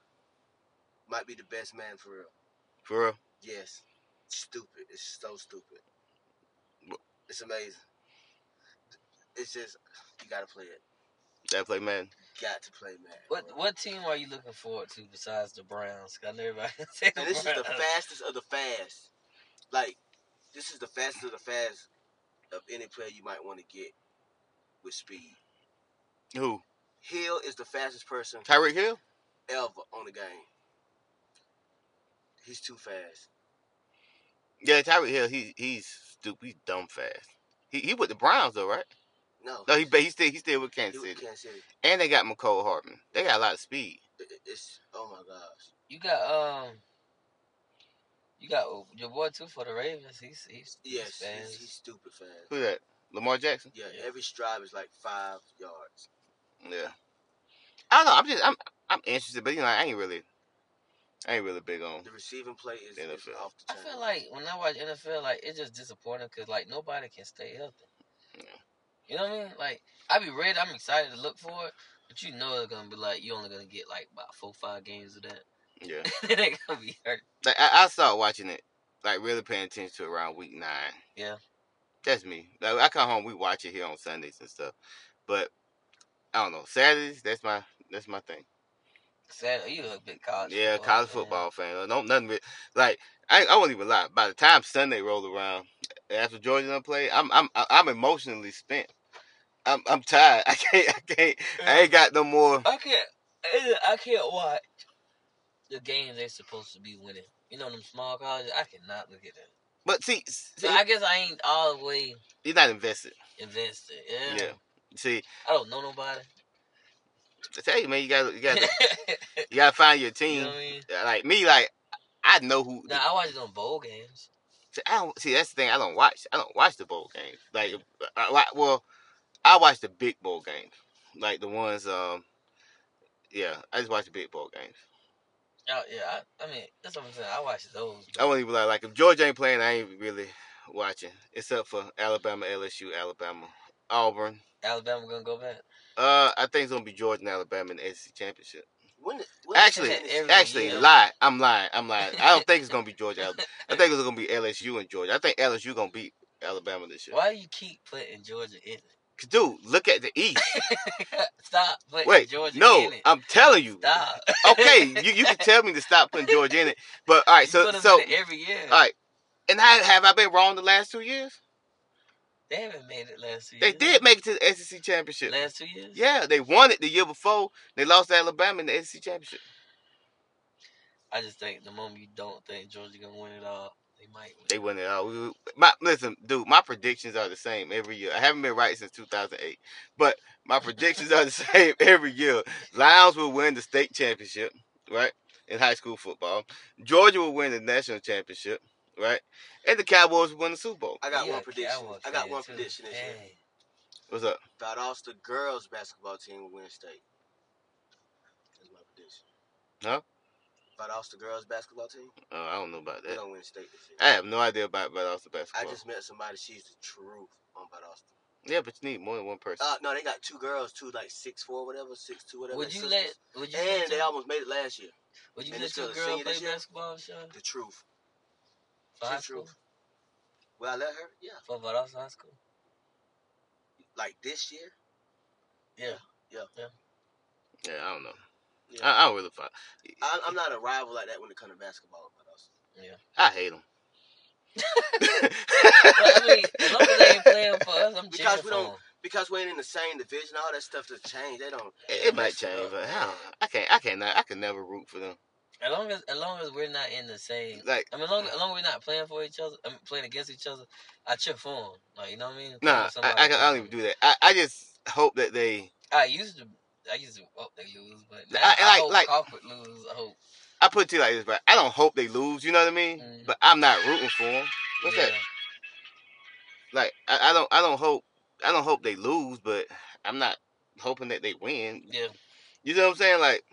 Might be the best man for real. for real? Yes. Stupid. It's so stupid. Wha- It's amazing. It's just you gotta play it. That play Madden. got to play Madden. What bro. what team are you looking forward to besides the Browns? 'Cause I know everybody *laughs* say the And this is the *laughs* Browns. fastest of the fast. Like, this is the fastest of the fast of any player you might want to get with speed. Who? Hill is the fastest person Tyreek Hill? ever on the game. He's too fast. Yeah, Tyreek Hill. He he's stupid. He's dumb fast. He he with the Browns though, right? No, No, he but he still he still with Kansas he City, can't say it. and they got McCole Hartman. They got a lot of speed. It- it- It's oh my gosh. You got um, you got your boy too for the Ravens. He's he's he's Yes, he's, fast. he's stupid fast. Who that? Lamar Jackson. Yeah, Yeah. every stride is like five yards. Yeah. I don't know. I'm just I'm I'm interested, but you know I ain't really I ain't really big on. The receiving play is, is NFL. off the I chain. feel like when I watch NFL, like it's just disappointing because like nobody can stay healthy. Yeah. You know what I mean? Like I be ready, I'm excited to look for it, but you know it's gonna be like you only gonna get like about four five games of that. *laughs* Yeah. it ain't gonna be hurt. Like I, I started watching it, like really paying attention to around week nine. Yeah. That's me. Like, I come home, we watch it here on Sundays and stuff. But I don't know. Saturdays, that's my that's my thing. Sad, you a big college. yeah, football college fan. football fan. Like, Don't nothing re- like I, I won't even lie. By the time Sunday rolled around, after Georgia done play, I'm I'm I'm emotionally spent. I'm I'm tired. *laughs* I can't I can't I ain't got no more. I can't. eh, I can't watch the games they're supposed to be winning. You know them small colleges. I cannot look at that. But see, see So I guess I ain't all the way you're not invested. invested. Yeah. Yeah. See, I don't know nobody. *laughs* I tell you, man, you gotta you gotta you gotta find your team. Uh, you know what I mean? Like me, like I know who. Now I watch it on bowl games. see, I don't see. That's the thing. I don't watch. I don't watch the bowl games. Like, I, I- well, I watch the big bowl games, like the ones. Um, yeah, I just watch the big bowl games. Oh yeah, I, I mean that's what I'm saying. I watch those. I won't even lie. Like if Georgia ain't playing, I ain't really watching, except for Alabama, LSU, Alabama, Auburn. Alabama gonna go back. Uh, I think it's gonna be Georgia and Alabama in the SEC championship. when, when Actually, when every- actually, Yeah. lie. I'm lying. I'm lying. I don't think it's gonna be Georgia. Alabama. I *laughs* think it's gonna be LSU and Georgia. I think LSU gonna beat Alabama this year. Why do you keep putting Georgia in Dude, look at the *laughs* East. it? *laughs* Stop putting Wait, Georgia no, in it. I'm telling you. Stop. Okay, you, you can tell me to stop putting Georgia in it, but all right. *laughs* you So put 'em so in it every year. all right. And I, have I been wrong the last two years? They haven't made it last two They years. did make it to the SEC championship. last two years. Yeah, they won it the year before. They lost to Alabama in the SEC championship. I just think the moment you don't think Georgia gonna win it all, they might win. They won it all. We- we- My listen, dude, my predictions are the same every year. I haven't been right since 2008, but my predictions are the *laughs* same every year. Lions will win the state championship, right? In high school football, Georgia will win the national championship, right? And the Cowboys will win the Super Bowl. I got You one a prediction. Cowboy I got fan, one too. prediction this year. Dang. What's up? Valdosta girls basketball team will win state. That's my prediction. Huh? Valdosta girls basketball team, Uh, I don't know about they're that. going to win state this year. I have no idea about about the I basketball. just met somebody. She's the truth on Valdosta. yeah, but you need more than one person. Uh, no, they got two girls, two like six four, whatever, six two, whatever. Would they you sisters. let would you And let they your, almost made it last year. would you and let it's your still a girl senior play this year? basketball, Sean? The truth. For She's high the school? truth. Will I let her? Yeah. For Valdosta High *laughs* School? Like this year? Yeah. Yeah, I don't know. Yeah. I, I don't really find. I, I'm not a rival like that when it comes to basketball. But also. I hate *laughs* them. But, I mean, as long *laughs* as they ain't playing for us, I'm Because cheering we for don't- them. Because we ain't in the same division, all that stuff to change. They don't. It, it might mess change, up, but I, man. don't- I can't. I can't. I can never root for them. As long as as long as we're not in the same Like, I mean, as long, as long as we're not playing for each other, I mean, playing against each other, I cheer for them. Like, you know what I mean? nah, I, I, can- I don't even do that. I, I just hope that they. I used to, I used to hope they lose, but now I- I, like- hope like- Crawford lose. I hope. I put it to you like this, but I don't hope they lose. You know what I mean? Mhm. But I'm not rooting for them. What's yeah. that? Like, I, I don't. I don't hope. I don't hope they lose, but I'm not hoping that they win. Yeah, You know what I'm saying? Like,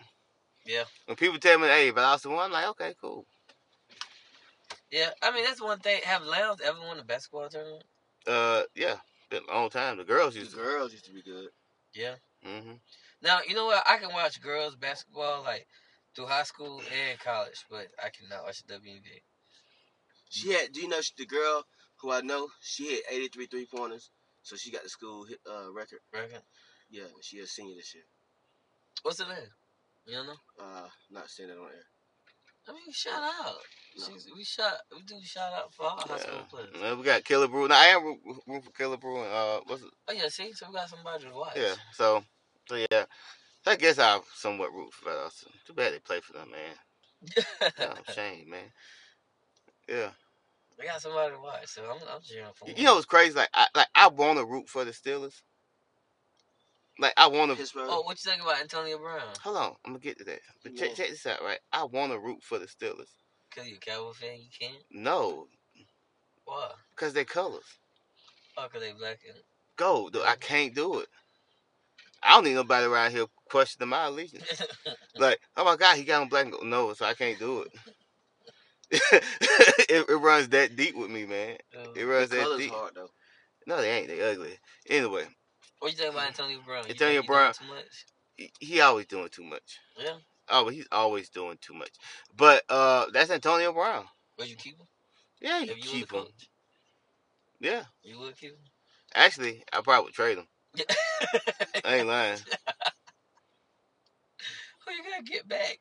Yeah. When people tell me, "Hey, but I also won," I'm like, "Okay, cool." yeah. I mean, that's one thing. Have Lounge ever won a basketball tournament? Uh, yeah, been a long time. The girls The used to. girls used to be good. Yeah. hmm Now you know what? I can watch girls basketball like through high school and college, but I cannot watch the WNBA. She had. Do you know she- the girl who I know? She had 83 three pointers, so she got the school hit, uh, record. Reckon? Yeah, she a senior this year. What's the name? You don't know? Uh, not saying it on air. I mean, shout out. No. She's- We shout. We do shout out for all high school Yeah. players. Well, we got Killer Brew. Now I am root, root for Killer Brew and uh, what's it? Oh yeah, see, so we got somebody to watch. *laughs* Yeah. So, so yeah. So I guess I somewhat root for that. Also. Too bad they play for them, man. Oh, shame, man. Yeah. we got somebody to watch. So I'm, I'm cheering for. You them. know what's crazy? Like I like I want to root for the Steelers. Like I want to. Pittsburgh. Oh, what you think about Antonio Brown? Hold on, I'm gonna get to that. But check, Man. check this out, right? I want to root for the Steelers. Cause you a Cowboy fan, you can't. No, Why? because they colors Oh, cause they black and gold. Dude, I can't do it. I don't need nobody around here questioning my allegiance. Like, oh my God, he got on black and gold. No, so I can't do it. *laughs* it, it runs that deep with me, man. It Um, runs the that color's deep. hard though. No, they ain't. They ugly. Anyway, what you think about Antonio Brown? You Antonio think he Brown- doing too much. he, he always doing too much. Yeah. Oh, but he's always doing too much. But uh that's Antonio Brown. Would you keep him? Yeah, you If you were the keep him. coach, Yeah, you would keep him. actually, I probably would trade him. I ain't Who lying. you gotta get back?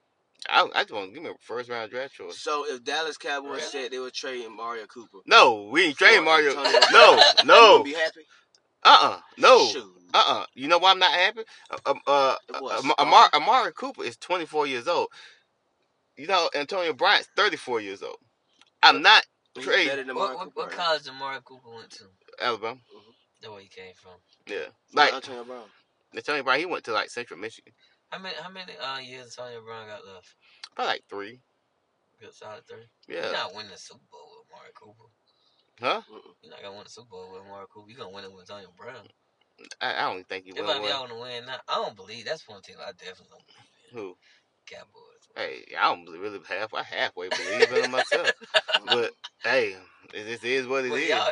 I, I just want to give me a first round draft choice. So if Dallas Cowboys Really? said they were trading Mario Cooper, No, we ain't trading For Mario. Antonio No, Brown. *laughs* you no, wouldn't be happy. uh, uh no, Shoot. uh, uh You know why I'm not happy? Uh, uh, uh, It was. Am- Amar- Amari Cooper is 24 years old. You know Antonio Bryant's 34 years old. I'm not He's trade- better than What, Mario what, Cooper. what right? college did Amari Cooper went to? Alabama. That's where he came from. Yeah, Not like Antonio Brown. Antonio Bryant, he went to like Central Michigan, How many how many uh, years Antonio Brown got left? probably like three. Good solid three. You're Yeah, not winning the Super Bowl with Amari Cooper. huh? Mm-mm. You're not gonna win the Super Bowl with Amari Cooper. You're gonna win it with Antonio Brown. I, I don't think he If won I be one. out to win now, I don't believe that's one team I definitely don't believe in. Who? Cowboys. Hey, I don't really- really half. I halfway believe in him *laughs* myself. But hey, it just is what it But is. y'all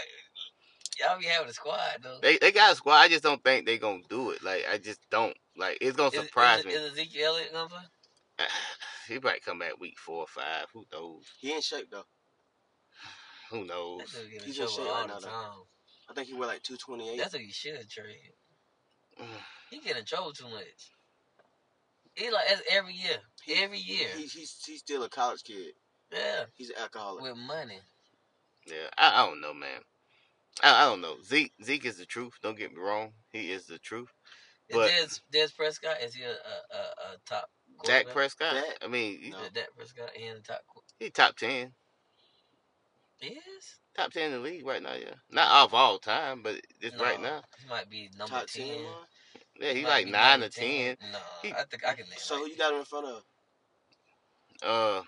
y'all be having a squad though. They they got a squad. I just don't think they gonna do it. Like I just don't. Like it's gonna Is, surprise is, is Ezekiel Elliott gonna play? me. *sighs* he might come back week four or five. Who knows? he in shape though. Who That knows? dude get in He's in trouble "Oh, shape all right now, the though. time. I think he weighed like 228. That's what you should trade. He get in trouble too much. He like that's every year. He- every year. He, he's, he's still a college kid. yeah. He's an alcoholic. With money. *sighs* Yeah, I, I don't know, man. I, I don't know. Zeke Zeke is the truth. Don't get me wrong. He is the truth. Is But- Dez, Dez Prescott, is he a, a, a, a top Dak quarterback? Prescott. Dak? I mean, he, No. Is Dak Prescott in the top qu- he top ten. Yes? Top ten in the league right now. Yeah, not of all time, but just right No. now. He might be number Top 10, 10. man. Yeah, he might like be nine number or ten. No, He- I think I can name So who like, you got him in front of? Uh,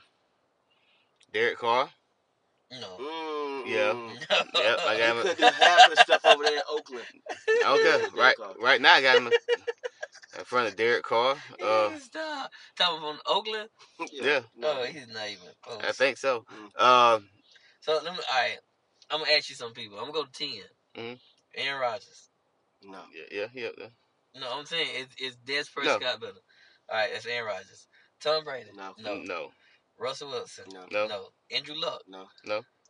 Derek Carr. No. *laughs* Oh. Mm, Yeah. mm. Yep, I got You him. couldn't do half of the stuff over there in Oakland. *laughs* Okay, Derek right, Carr. right now I got him in front of Derek Carr. Uh, *laughs* Yeah, stop. Talking from Oakland? Yeah. No. Oh, he's not even close. I think so. Mm. Uh, So let me. All right, I'm gonna ask you some people. I'm gonna go to 10 Mhm. Aaron Rodgers. No. yeah, yeah, yeah. yeah. No, I'm saying it's it's Des Prescott better. All right, it's Aaron Rodgers. Tom Brady. No. No. no, Russell Wilson. No. no, no, No. Andrew Luck. No.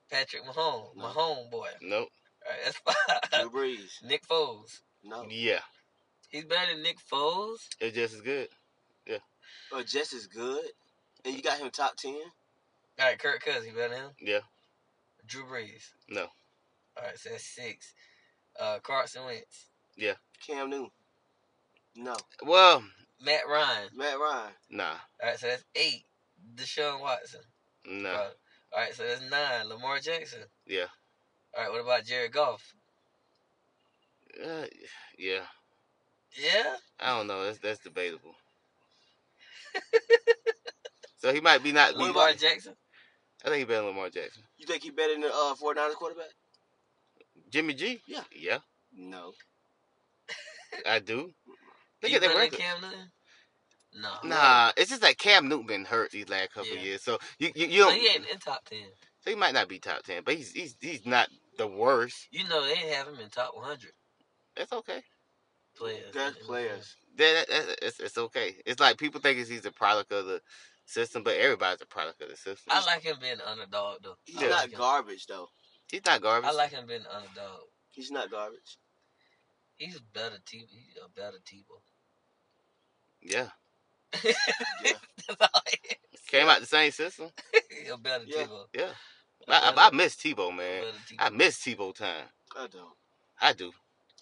Patrick Mahomes. No. Mahomes boy. All right, that's *laughs* Drew five. Brees. Nick Foles. No. Yeah, He's better than Nick Foles. it's just as good. Or just as good. And you got him top 10? All right, Kirk Cousins. He better than him. Yeah, Drew Brees. No. All right, so that's six. Uh, Carson Wentz. Cam Newton? No. well, Matt Ryan. Matt Ryan? nah, All right, so that's eight. Deshaun Watson. nah, Probably. All right, so that's nine. Lamar Jackson. yeah, All right, what about Jared Goff? uh, yeah. Yeah. I don't know. That's that's *laughs* debatable. so he might be not. Be, Lamar I Jackson. think he better than Lamar Jackson. You think he better than the uh, 49ers quarterback? Jimmy G. Yeah. yeah, No. I do. Look You at that better than record. Cam Newton? No. Nah, it's just like Cam Newton been hurt these last couple Yeah. years, so you you, you So don't. he ain't in top ten. So he might not be top ten, but he's he's he's not the worst. You know they didn't have him in top one hundred That's okay. players. Best in- players. That, that, that- it's, it's okay. It's like people think it's- he's a product of the system, but everybody's a product of the system. I like him being the underdog though. He's I Yeah. not like him. garbage, though. He's not garbage. I like him being the underdog. He's not garbage. *laughs* He's a better T. He's a better Tebow. Yeah, Yeah. Came out the same *laughs* system. You're better Yeah. Tebow. Yeah. You're I, better- I, I miss Tebow, man. better I Tebow. miss Tebow time. I don't. I do.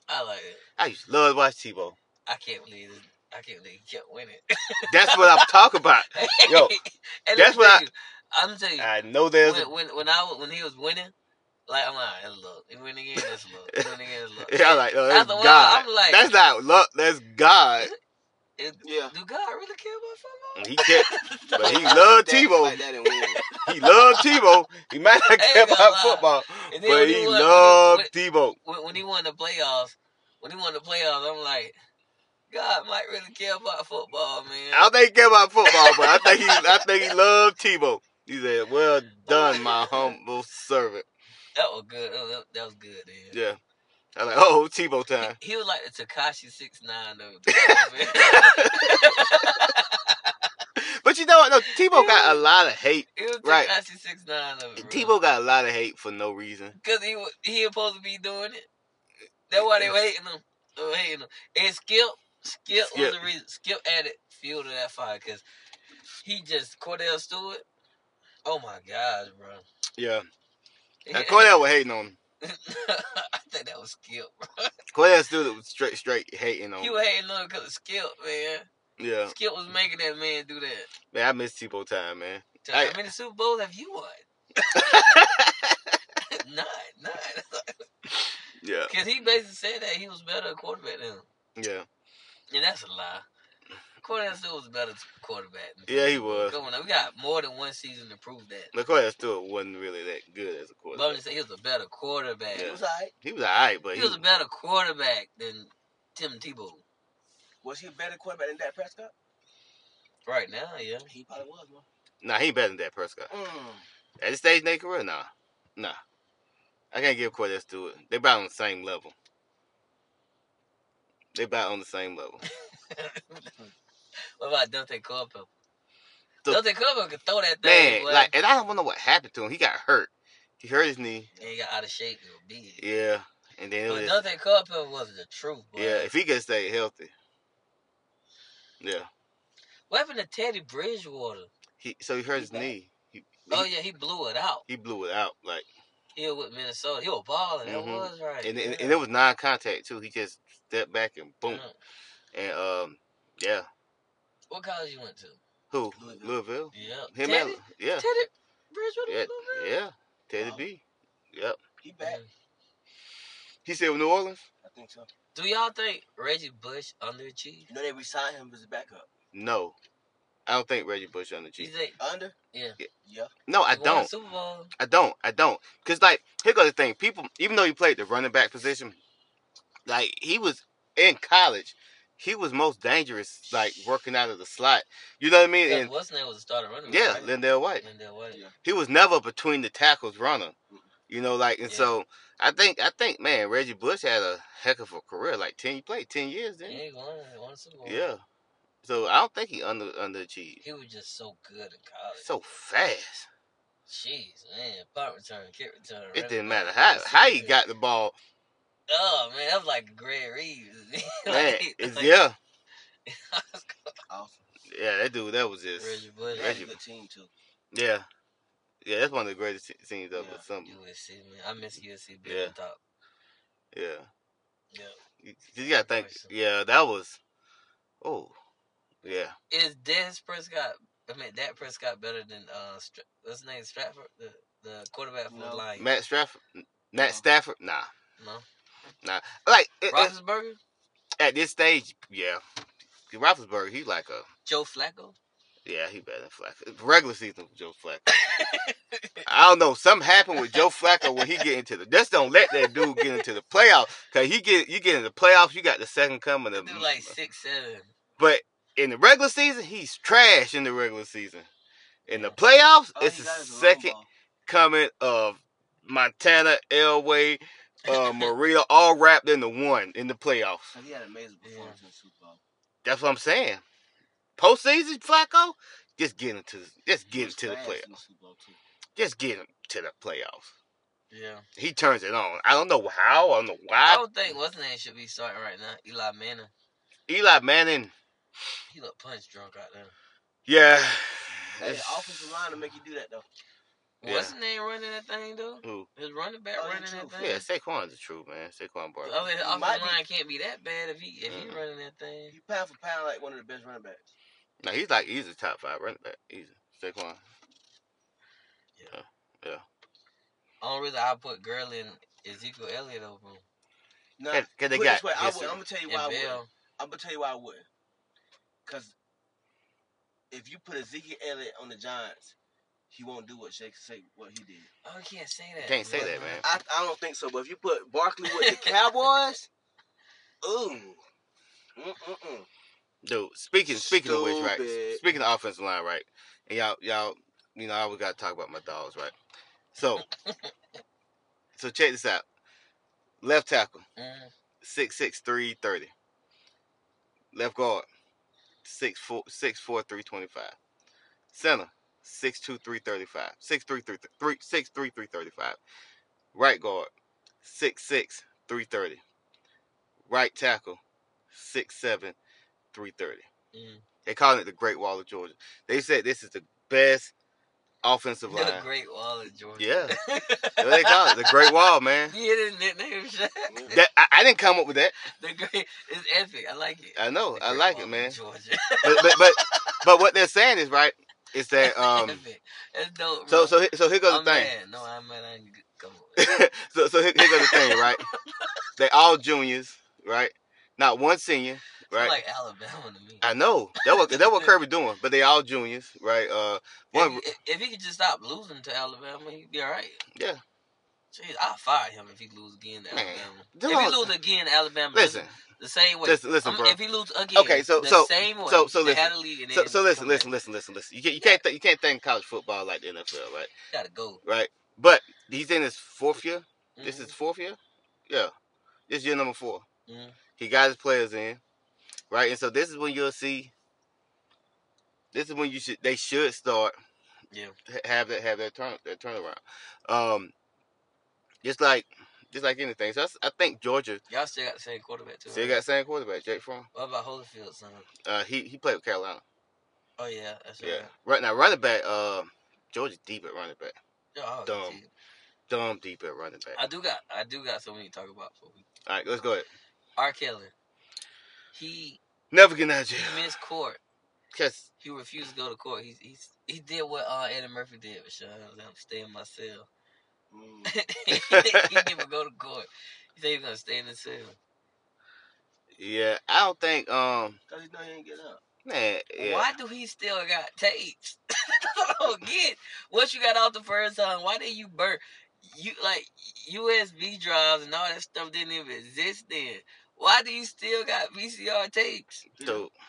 I like it. I used to love to watch Tebow. I can't believe it. I can't believe he kept winning. *laughs* That's what I'm talking about. Yo, And let that's me what tell I- You, I'm telling you, I know there's a. when, when when I was- when he was winning, like I'm like, that's luck. He winning again, that's luck. He winning again, that's luck. *laughs* Yeah, I'm like, no, that's After a while, God. I'm like- that's not luck. That's God. It- Yeah. do God really care about football? And He kept, *laughs* but he Like loved that- Tebow. Like that and win. He loved Tebow. He might not *laughs* Ain't care gonna about lie. football, And then but when he he won- loved Tebow. When, when he won the playoffs, when he won the playoffs, I'm like, God might really care about football, man. I don't think he care about football, but I think he, I think he loved Tebow. He said, "Well done, my humble servant." that was good. That was, that was good, man. Yeah, I'm like, "Oh, Tebow time." He, he was like the Takashi six nine though. *laughs* But you know what? No, Tebow got a lot of hate. *laughs* He was Right. Takashi six nine of it. Tebow got a lot of hate for no reason. because he wa- he supposed to be doing it. That's why they were hating him. They were hating him. And Skip, Skip, was the Skip. reason. Skip added fuel to that fire because he just Cordell Stewart. Oh my gosh, bro. Yeah, *laughs* and Cordell was hating on him. I think that was Skip. Bro. Cordell still was straight, straight hating on He him. was hating on because of Skip, man. Yeah, Skip was making that man do that. man, I miss Tebow time, man. Tell me, Hey. How many Super Bowls have you won? *laughs* *laughs* none, none. *laughs* Yeah, Because he basically said that he was better at quarterback than him. yeah. Yeah, that's a lie. Cordell Stewart was a better quarterback. than Yeah, he Tebow. was. Come on, now, we got more than one season to prove that. But Cordell Stewart wasn't really that good as a But I'm quarterback. just saying, he was a better *laughs* quarterback. Yeah. He was alright. He was alright, but He he, was a better quarterback than Tim Tebow Was he a better quarterback than Dak Prescott? right now. Yeah, He probably was, man. nah, he ain't better than that Prescott. Mm. At this stage in their career, nah, nah. I can't give Cordell Stewart. They about on the same level. They about on the same level. what about Dante Culpepper? The- Dante Culpepper could throw that thing. Man, boy. like, and I don't know what happened to him. He got hurt. He hurt his knee. and he got out of shape. It was big. Yeah, and then it But was just, Dante Culpepper was the truth. Boy. yeah. If he could stay healthy, yeah. What happened to Teddy Bridgewater? He so he hurt He his back. knee. He, Oh he, yeah, he blew it out. he blew it out like, He was with Minnesota. He was balling. Mhm. That was right. and, and yeah. and it was non-contact too. He just stepped back and boom, Mhm. and um, yeah. What college you went to? Who Louisville. Louisville? Yeah. Him Teddy, and *laughs* yeah, Teddy Bridgewater. yeah, was over there? yeah. Teddy Wow. B. Yep. He back. He said with New Orleans. I think so. Do y'all think Reggie Bush underachieved? You know they resigned him as a backup. No, I don't think Reggie Bush on the You Chiefs. think Under? Yeah. Yeah. No, I he won the don't. Super Bowl. I don't. I don't. Cause like here goes the thing. People, even though he played the running back position, like he was in college, he was most dangerous. Like working out of the slot. You know what I mean? Because And what's name was a starter running back, yeah, right? Lindell White. Lindell White. Yeah. he was never between the tackles runner. Mhm. You know, like and Yeah. so I think I think man, Reggie Bush had a heck of a career. Like ten he played ten years, Yeah, didn't he won, he won the Super Bowl. he? Yeah. So I don't think he under underachieved. He was just so good in college. So fast. Jeez, man. Punt return, kick return. It running didn't back, matter how how he receiver. got the ball. Oh, man. That was like Greg Reeves. *laughs* Like, Man, he- it's, like, yeah. Awesome. Yeah, that dude that was just *laughs* Reggie Bush. They had Reggie- a good team too. Yeah. Yeah, that's one of the greatest se- scenes of Yeah. it. Something. USC, man. I miss USC being Yeah. on top. Yeah. Yeah. You, you gotta think Nice. yeah, that was oh. Yeah. Is Des Prescott? I mean, Dak Prescott better than uh, Stra- what's his name Stratford, the, the quarterback for the No. Lions. Matt Stafford Matt No. Stafford? Nah. No, Like it, it- Roethlisberger, at this stage, yeah. Roethlisberger, he like a Joe Flacco. yeah, he better than Flacco. Regular season with Joe *laughs* Flacco. I don't know. Something happened with Joe Flacco when he get into the. Just don't let that dude get into the playoffs. Cause he get you get in the playoffs, you got the second coming They of. do like six, seven. But in the regular season, he's trash. In the regular season, in the playoffs, All it's Oh, he the got is a long second ball. coming of Montana Elway, *laughs* uh, Maria, all wrapped into one in the playoffs. So he had an amazing Yeah. performance in the Super Bowl. That's what I'm saying. Postseason, Flacco, just get into just He get was into the fast playoffs. in the Super Bowl too. Just get him to the playoffs. *laughs* Yeah, He turns it on. I don't know how. I don't know why. I Oh. don't think what's his name should be starting right now. Eli Manning. Eli Manning. He look punch drunk out there. Yeah. Hey, It's- offensive line to make you do that though. What's his name running that thing though? Who? His running back Oh, he running that true. thing. Yeah, Saquon's the truth, man. Saquon Barkley. Oh. I mean, the He might offensive be- line can't be that bad if he if he Mm. running that thing. You pound for pound like one of the best running backs. No, he's like he's a top five running back. Easy. Saquon. Only reason I put Gurley and Ezekiel Elliott over him. No, Cause, 'cause they put it got this way, I would, history. I'm gonna tell you And why I would. Bell, I'm gonna tell you why I wouldn't. Cause if you put Ezekiel Elliott on the Giants, he won't do what Shake say what he did. oh, you can't say that. can't say but, that, uh, man. I, I don't think so. But if you put Barkley with the Cowboys, ooh, Mm-mm-mm. Dude, speaking speaking of which, right? Stupid. Speaking of offensive line, right? And y'all y'all you know, I always gotta talk about my dogs, right? *laughs* So so check this out. Left tackle, Mm, six six three thirty. Left guard, six four six four three twenty five. Center, six two three thirty five. Six three three three six three three thirty five. Right guard, six six three thirty. Right tackle, six seven three thirty. mm. They calling it the Great Wall of Georgia. They said this is the best offensive line. *laughs* The Great Wall of Georgia. Yeah. *laughs* That's what they Mm-hmm. call it the Great Wall, man. you hear this nickname, Shaq? Yeah. That, I, I didn't come up with that. The Great. It's epic. I like it. I know. The I Great like Wall it, of man. Georgia. *laughs* But but but, but what they're saying is right. Is *laughs* that um? Epic. That's dope. So bro. so he- so here goes I'm the thing. mad. No, I'm mad. I ain't *laughs* come up with it. so so here, here goes the thing, right? They all juniors, right? Not one senior, It's right? like Alabama to me. I know that what that what Kirby doing, but they all juniors, right? Uh, If, one he- if he could just stop losing to Alabama, he'd be all right. yeah. Jeez, I'll fire him if he lose again to Man, Alabama. Come if on. he lose again to Alabama, listen, the same way. listen, listen, I'm- bro. If he lose again, Okay, so- the so- same way. so- so they listen. had a lead and So, then so listen, come back. listen, listen, listen, listen. You can't, you can't, th- you can't think college football like the NFL, right? Gotta go. Right. But he's in his fourth year. This Mhm. is fourth year. Yeah, this year number 4 Mhm. He got his players in, right? And so this is when you'll see. This is when you should they should start. Yeah. ha- Have that have that turn that turnaround, um, just like just like anything. So that's, I think Georgia y'all still got the same quarterback too. still right? got same quarterback Jake Fromm. What about Holyfield, son? Uh, he he played with Carolina. Oh yeah, that's Yeah. right. Right now running back. Uh, Georgia deep at running back. Yeah, oh, Dumb. shit. Dumb deep at running back. I do got, I do got something to talk about for week. All right, let's go ahead. R. Kelly, he Never get out of jail. he missed court. Cause He refused to go to court. He he he did what uh, Eddie Murphy did with Sean. Let him stay in my cell. *laughs* Mm. he didn't even go to court. He said he was gonna stay in the cell. yeah, I don't think um Cause he know he ain't get up. man yeah. Why do he still got tapes? *laughs* I don't get. Once you got out the first time, why did you burn? You like USB drives and all that stuff didn't even exist then. Why do you still got VCR tapes? Dude, *sighs*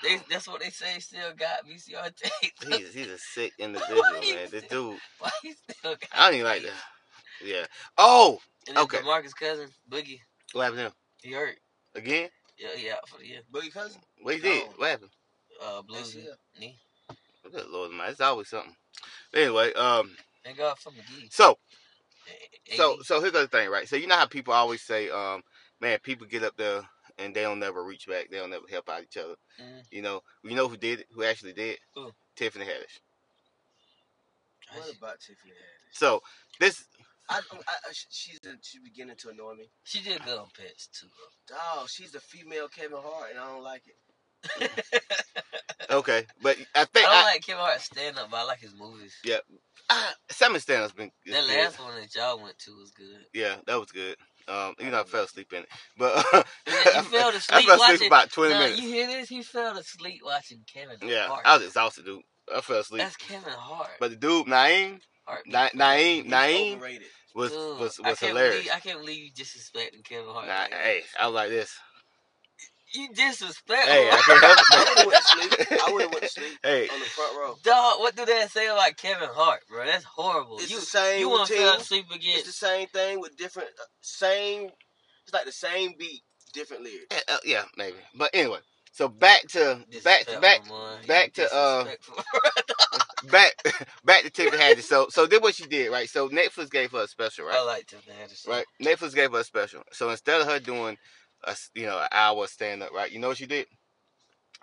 They, that's what they say. Still got VCR tapes. he's he's a sick individual, Why man. is This that? dude, *laughs* why you still got? I don't even like that. tapes? Yeah. Oh, And then Okay. Demarcus Cousins, Boogie, what happened to him he hurt. again? Yeah, he out for the year. Boogie Cousins, What he did? No. What happened? Uh, blues ACL. knee. Good lord, man, it's always something. But anyway, um, Thank God for McGee. so A- so AD. so here's the thing, right? So you know how people always say, um, man, people get up there and they don't never reach back, they don't never help out each other. Mhm. You know, you know who did it? Who actually did? it? Who? Tiffany Haddish. what about Tiffany Haddish? So this I, don't- I, I she's she's beginning to annoy me. She did good on pets too. Dog, she's the female Kevin Hart, and I don't like it. okay, but I I think don't I, like Kevin Hart's stand up, but I like his movies. Ah, Salmon stand has been is That good. last one that y'all went to was good. Yeah, that was good. Um, you know, I fell asleep in it, but *laughs* I, you fell asleep I fell asleep watching- for about twenty Now, minutes. you hear this? He fell asleep watching Kevin Yeah, Hart. I was exhausted, dude. I fell asleep. That's Kevin Hart. But the dude Naeem, Hart Na- Naeem, He's Naeem overrated. was Dude, was I was can't hilarious. Believe, I can't believe you disrespecting Kevin Hart. Nah, like that. hey, I was like this. *laughs* You disrespect Hey, I *laughs* him. can't help it. I would have went to sleep. I would have went to sleep *laughs* hey, on the front row. Dog, what do that say about Kevin Hart, bro? That's horrible. It's you the same you want to routine. fell asleep again? It's the same thing with different, uh, same. It's like the same beat, different lyrics. eh, uh, yeah, maybe. But anyway, so back to back to back Disrespectful, man. You back to, uh, disrespectful. *laughs* back *laughs* back to Tiffany Haddish. So so did what she did, right? So Netflix gave her a special, right? I like Tiffany Anderson. right? Netflix gave her a special. So instead of her doing a s- you know an hour stand up, right? You know what she did?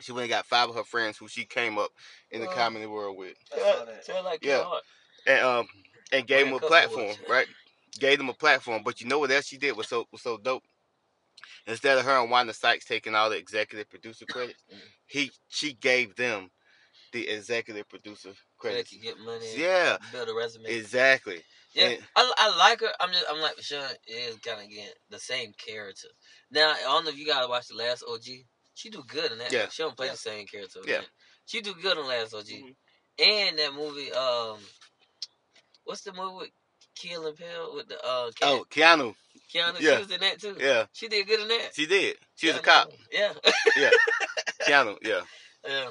She went and got five of her friends who she came up in the Wow. comedy world with, I saw that. Tell like Yeah. your heart. and um, and gave them a Where that couple platform, was. right? Gave them a platform. But you know what else she did was so was so dope. Instead of her and Wanda Sykes taking all the executive producer credits, Mm. he she gave them the executive producer So they credits. could get money. and Yeah, Build a resume. exactly. Yeah, And- I, I like her. I'm just I'm like Michelle is kind of getting the same character. Now I don't know if you guys watched the last OG. She do good in that. Yeah. She don't play Yeah. the same character. in Yeah. that. She do good in last OG. Mhm. And that movie, um, what's the movie with Kill and Pill with the uh cat? Oh, Keanu. *laughs* Keanu? yeah. She was in that too. Yeah, She did good in that. she did. She was a Yeah, cop. Yeah. Keanu. Yeah. yeah.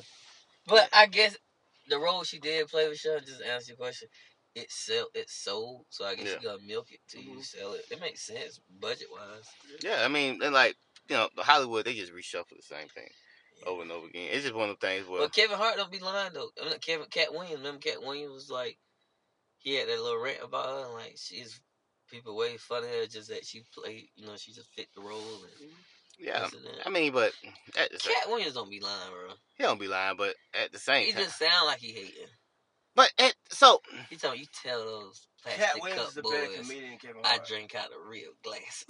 But I guess the role she did play with Sean, just to answer your question, it sell it sold, so I guess Yeah. you gotta milk it till you Mhm. sell it. It makes sense budget wise. Yeah, I mean, and like you know, Hollywood, they just reshuffle the same thing over and over again. It's just one of the things where But Kevin Hart don't be lying though. I mean, Kevin Cat Williams, remember Cat Williams was like he had that little rant about her and like she's people way funnier just that she played you know, she just fit the role and yeah, this and that. I mean, but at the same, Cat Williams don't be lying, bro. he don't be lying, but at the same He time, just sound like he hating. but at, so *laughs* He told you tell those Mm. Cat plastic Williams cup is a better boys. comedian than Kevin I Hart. drink out of real glasses.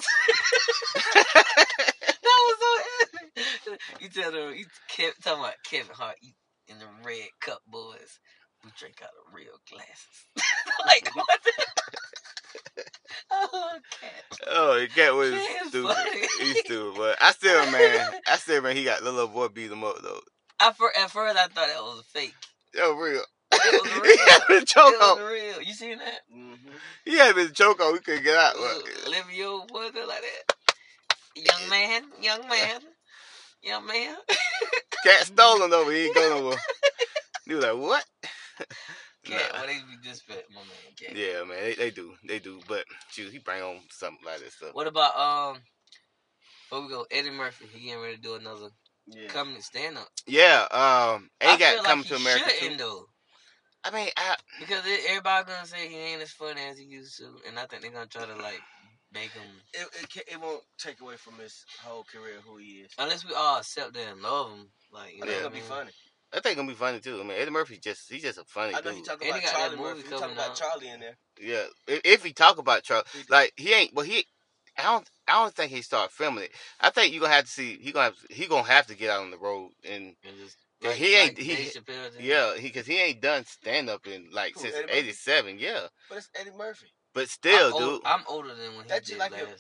that was so. *laughs* you tell them you kept talking about Kevin Hart you, and the red cup boys. We drink out of real glasses. *laughs* like what? The... *laughs* oh, cat. oh, the cat was He is stupid. funny. He's stupid, but *laughs* I still man, I still man, he got the little boy beat him up though. I for, at first I thought that was fake. Yo, real. It *laughs* was he real. had been choke It was on. real. You seen that? Mhm. He had been choke on. We couldn't get out. but- Living your boy go like that. Young man, young man, young man. *laughs* Cat stolen over. He ain't going nowhere. He was like, what? *laughs* Cat, Nah. well they be disrespect my man Cat. Yeah, man, they, they do, they do. But shoot, he bring on something like this stuff. What about um? Where we go? Eddie Murphy. He getting ready to do another Yeah. comedy stand up. Yeah, um, I ain't got feel come like to he America. too. shouldn't though, I mean, I, because it, everybody gonna say he ain't as funny as he used to, and I think they're gonna try to like make him. It, it, ca- it won't take away from his whole career who he is. Unless we all accept that and love him, like you I Yeah. know. think what it's gonna I be mean? funny. I think gonna be funny too. I mean, Eddie Murphy just he's just a funny I know dude. he talking And he about got that Charlie movie Murphy. He talking coming about out. Charlie in there. yeah, if, if he talk about Charlie, He- like he ain't. Well, he. I don't. I don't think he start filming it. I think you gonna have to see. He gonna have, he gonna have to get out on the road and And just Yeah, like, he ain't- like he- Dave Chappelle did. yeah, he because he ain't done stand up in like Who, since Eddie Murphy? '87. Yeah, But it's Eddie Murphy. but I'm, still, old, dude, I'm older than when he That you did like last. him.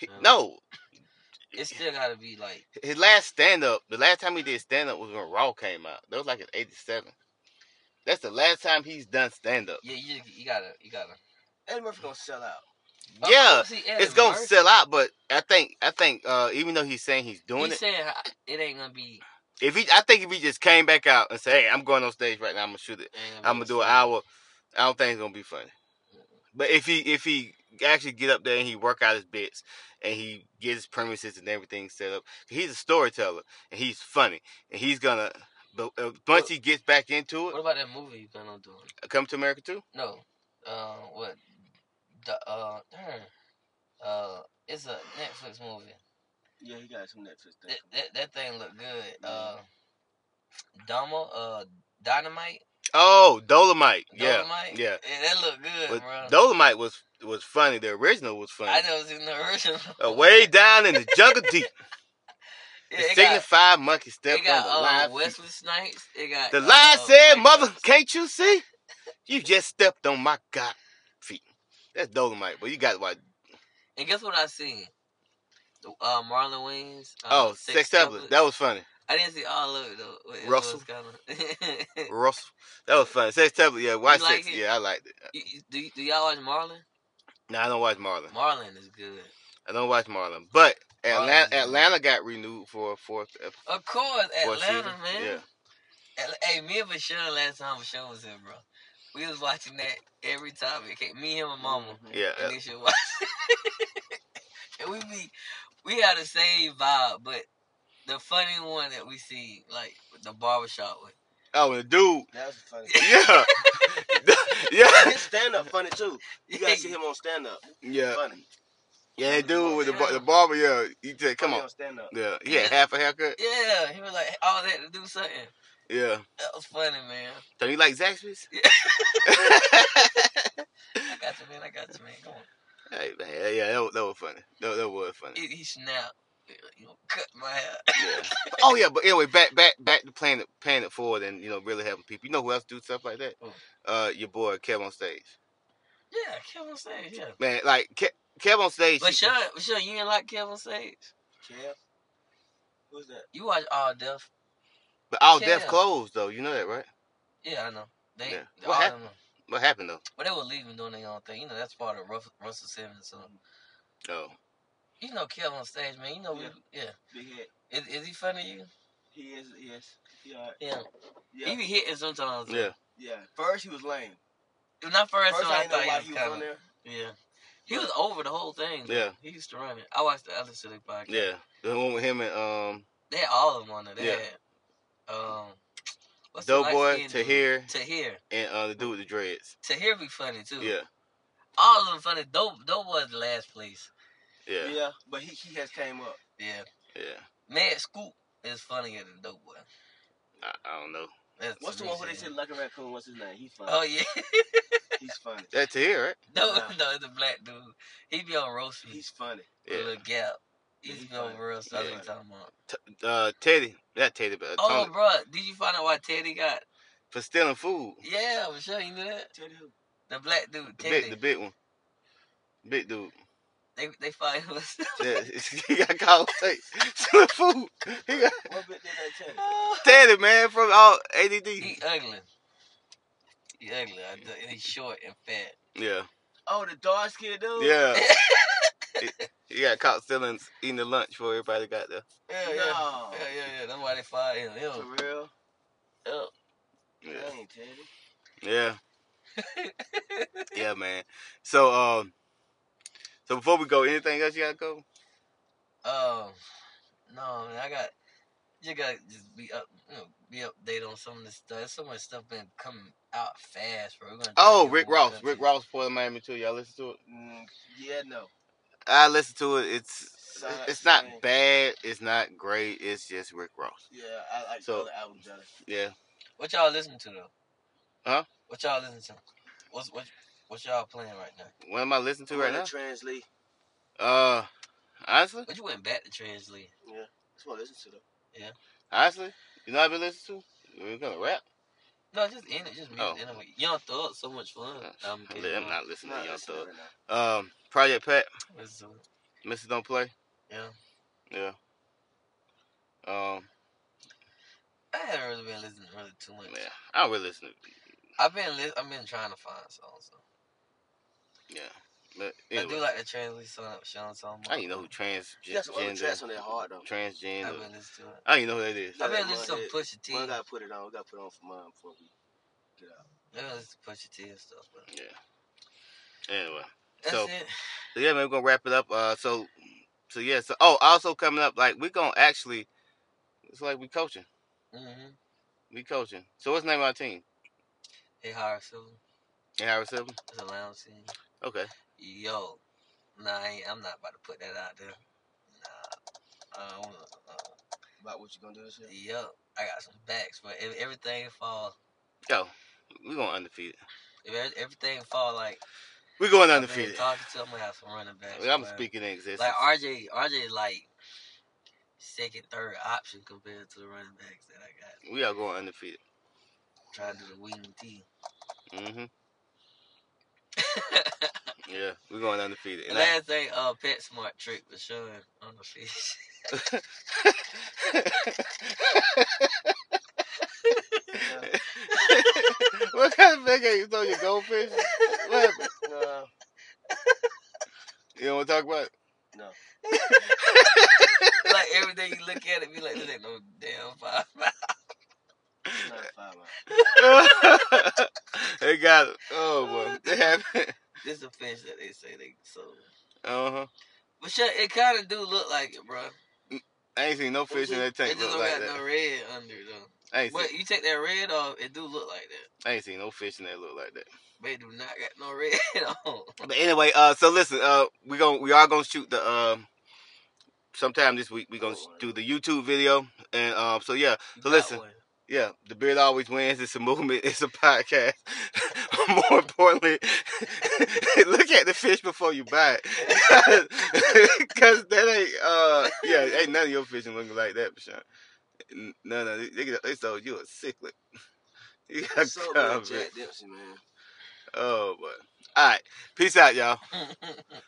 he- Yeah. no. It still gotta be like His last stand up, the last time he did stand up was when Raw came out. That was like in '87. That's the last time he's done stand up. yeah, you you gotta you gotta. Eddie Murphy gonna sell out. Of Yeah, course he Eddie it's gonna Murphy. sell out, but I think I think uh, even though he's saying he's doing He it, said "I- it ain't gonna be. if he I think if he just came back out and say, "Hey, I'm going on stage right now. I'm gonna shoot it. ain't I'm be gonna do an funny." hour," I don't think it's gonna be funny. But if he if he actually get up there and he work out his bits and he get his premises and everything set up, he's a storyteller and he's funny and he's gonna. But uh, once he gets back into What it, about that movie you plan on doing? come to America too. No. Uh, what? The, uh, darn. Uh, it's a Netflix movie. Yeah, he got some Netflix thing. That, that, that thing look good. Uh, Domo, uh, Dynamite, Oh, Dolomite. Yeah, Dolomite. yeah. that look good, But bro. Dolomite was was funny. The original was funny. I never seen the *laughs* original. Uh, *laughs* way down in the jungle deep. Yeah, The it got, signified monkey stepped it on got the uh, line. Wesley Snipes. It got The uh, line said, Mike "Mother, Tyson. can't you see? You just stepped on my god feet." That's Dolomite, but you got what? And guess what I seen? The, Uh, Marlon Wayans. Uh, Oh, sex tablet. That was funny. I didn't see all of it though. but it Russell. was kinda... *laughs* Russell, that was funny. Sex tablet. Yeah, watch like sex. it? Yeah, I liked it. You- you- do, y- do y'all watch Marlon? No, I don't watch Marlon. Marlon is good. I don't watch Marlon. But Marlon's Atlanta, good. Atlanta got renewed for a fourth, a Of course, fourth Atlanta, season. man. Yeah. Atl- hey, me and Michelle last time Michelle was here, bro. We was watching that every time it came. Me, him, and Mama. Mhm. Yeah, And they should watch. *laughs* and we be, we had the same vibe, but the funny one that we see, like with the barbershop with. *laughs* Oh, and the dude. That was funny. Yeah. *laughs* yeah. His stand up funny too. You gotta see him on stand up. Yeah. Funny. Yeah, that dude with the bar- Yeah. the barber. Yeah, he said, "Come Funny on." stand up. Yeah, he had half a haircut. Yeah, he was like all that to do something. Yeah. That was funny, man. Don't you like *laughs* Zaxby's? I got you, man. I got you, man. Come on. hey man, yeah, yeah, that, was- that was funny. That, that was funny. He, he snapped. You know, cut my hair. *laughs* Yeah. oh yeah, but anyway, back back back to playing it paying it forward and you know really helping people. You know who else do stuff like that? Who? Uh, your boy Kev on stage. Yeah, Kevin Sage. Yeah. Man, like Kev, Kev on stage. But he- Sean, but Sean, you didn't like Kevin Sage. Kev. Who's that? You watch all deaf. but all deaf Kev. clothes though. You know that, right? Yeah, I know. They Yeah. all What of happened? them. What happened though? But they were leaving doing their own thing. You know, that's part of Russell, Russell Simmons. So Oh, you know Kevin on stage, man. You know we Yeah. yeah. Big head. Is, is he funny to you? He is. He is. He alright. Yeah. Yeah. He be hitting sometimes. yeah. Yeah. First he was lame. When I first, First saw him, I I didn't know thought why he he was was on kind of there. yeah. He was over the whole thing. though. Yeah. He used to run it. I watched the other City podcast. Yeah, the one with him and um They had all of them on there. They Yeah. had um what's the Doughboy, light-skinned dude? Tahir, Tahir. and uh, the dude with the dreads. Tahir be funny too. Yeah, All of them funny. Dope Doughboy's last place. yeah, Yeah. But he he has came up. Yeah. yeah. Mad Scoop is funnier than Doughboy. I, I don't know. That's What's to the me, one who they yeah. said Lucky Raccoon? What's his name? He's funny. *laughs* Oh yeah. He's funny. That Tahir, right? No, Nah. no, it's a black dude. He be on roast beef He's funny. with a Yeah. little gap. Yeah, He's he be on funny. roast. I Yeah. think talking about. T- uh, Teddy, that Teddy, but uh, Oh, Tony, bro, did you find out why Teddy got? for stealing food. Yeah, I'm sure you knew that. Teddy who? The black dude, The big, Teddy. the big one, big dude. They they find him. *laughs* Yeah, *laughs* he got caught like, *laughs* stealing food. He got *laughs* What bit did that *laughs* Teddy? Teddy, man, from all ADD. he ugly. He ugly. I do- and He's short and fat. *laughs* Yeah, Oh, the dark skinned dude. yeah. he, he got caught stealing, eating the lunch before everybody got there. Yeah, No. yeah, yeah, yeah, yeah. That's why they fired him. For him. real? Yeah. Yeah. Dang, Teddy. Yeah. yeah, man. So um so before we go, anything else you gotta go? Um, no, man, I got you got to just be up, you know, be updated on some of this stuff. There's so much stuff been coming out fast, bro. We're gonna try to Oh, get Rick more Ross. content. Rick Ross Port of Miami too. Y'all listen to it? Mm, yeah, no. I listen to it. It's Side it's not thing. bad. It's not great. It's just Rick Ross. Yeah, I like So- the other album better. Yeah. What y'all listening to though? Huh? What y'all listening to? What's what what y'all playing right now? What am I listening to I'm right gonna now? Translate. Uh honestly? But you went back to Translate. That's what I listen to though. Honestly? You know what I've been listening to? We're gonna rap. No, just in it, just music. Oh. Uh, In it. Young Thug, so much fun. Um, I'm li- I'm not listening Nah, to Young listen Thug. right now. Um Project Pat, listen to it. Mrs. Don't Play. Yeah. Yeah. Um I haven't really been listening really too much. yeah. I don't really listen to I've been li- I've been trying to find songs. So. yeah. But I do anyway. like the Translate song that Sean talking about. I don't even know who transgender. She got some other tracks on that hard though. I've Transgender. been listening to it. I don't even know who that is. Yeah, I've been my listening to head. some Pusha T. Well, I I've gotta put it on. We gotta put it on for mine before we get out. been listening to Pusha T and stuff. But Yeah. Anyway, that's So- it. so yeah, man, we're gonna wrap it up. Uh, so, so yeah. So oh, also coming up, like we're gonna actually, it's like we coaching, Mm-hmm. we coaching. So what's the name of our team? Hey, Howard Silver. And Howard Silver. It's a lounge scene. Okay. Yo, nah, I ain't, I'm not about to put that out there. Nah, I don't wanna, uh, About what you gonna do this *laughs* year? yo, I got some backs, but if everything fall, Yo, we going undefeated. if every- everything fall like We going I've been undefeated. talking to him, I have some running backs. I'm man. speaking in existence. Like RJ, RJ is like second, third option compared to the running backs that I got. we are going undefeated. Trying to do the wing T. *laughs* hmm Yeah, we're going undefeated. And I- Last thing, uh, PetSmart trick for Sean on the fish. *laughs* *laughs* *laughs* what kind of pancake you throw your goldfish? What happened? No, You don't want to talk about it? no. like every day you look at it, be like, this ain't no damn five. *laughs* It's not a five out. *laughs* they got it. Oh boy, they have it. *laughs* this a fish that they say they sold. Uh huh. But shit, it kind of do look like it, bro. I ain't seen no fish in that It tank just look don't like got that. no red under it, though. I ain't, But seen, you take that red off, it do look like that. I ain't seen no fish in that look like that. But it do not got no *laughs* red on. But anyway, uh, so listen, uh, we gon' we are gonna shoot the um, sometime this week we gonna sh- do the YouTube video, and um, so yeah, You So got listen. one. yeah, the beard always wins. It's a movement. *laughs* It's a podcast. More importantly, *laughs* look at the fish before you buy it, *laughs* because that ain't uh, yeah, ain't none of your fishing looking like that, for sure. N- No, no, they, they, they sold you a cichlid. *laughs* You got So covered. Jack Dempsey, man. *laughs* Oh boy. All right, peace out, y'all.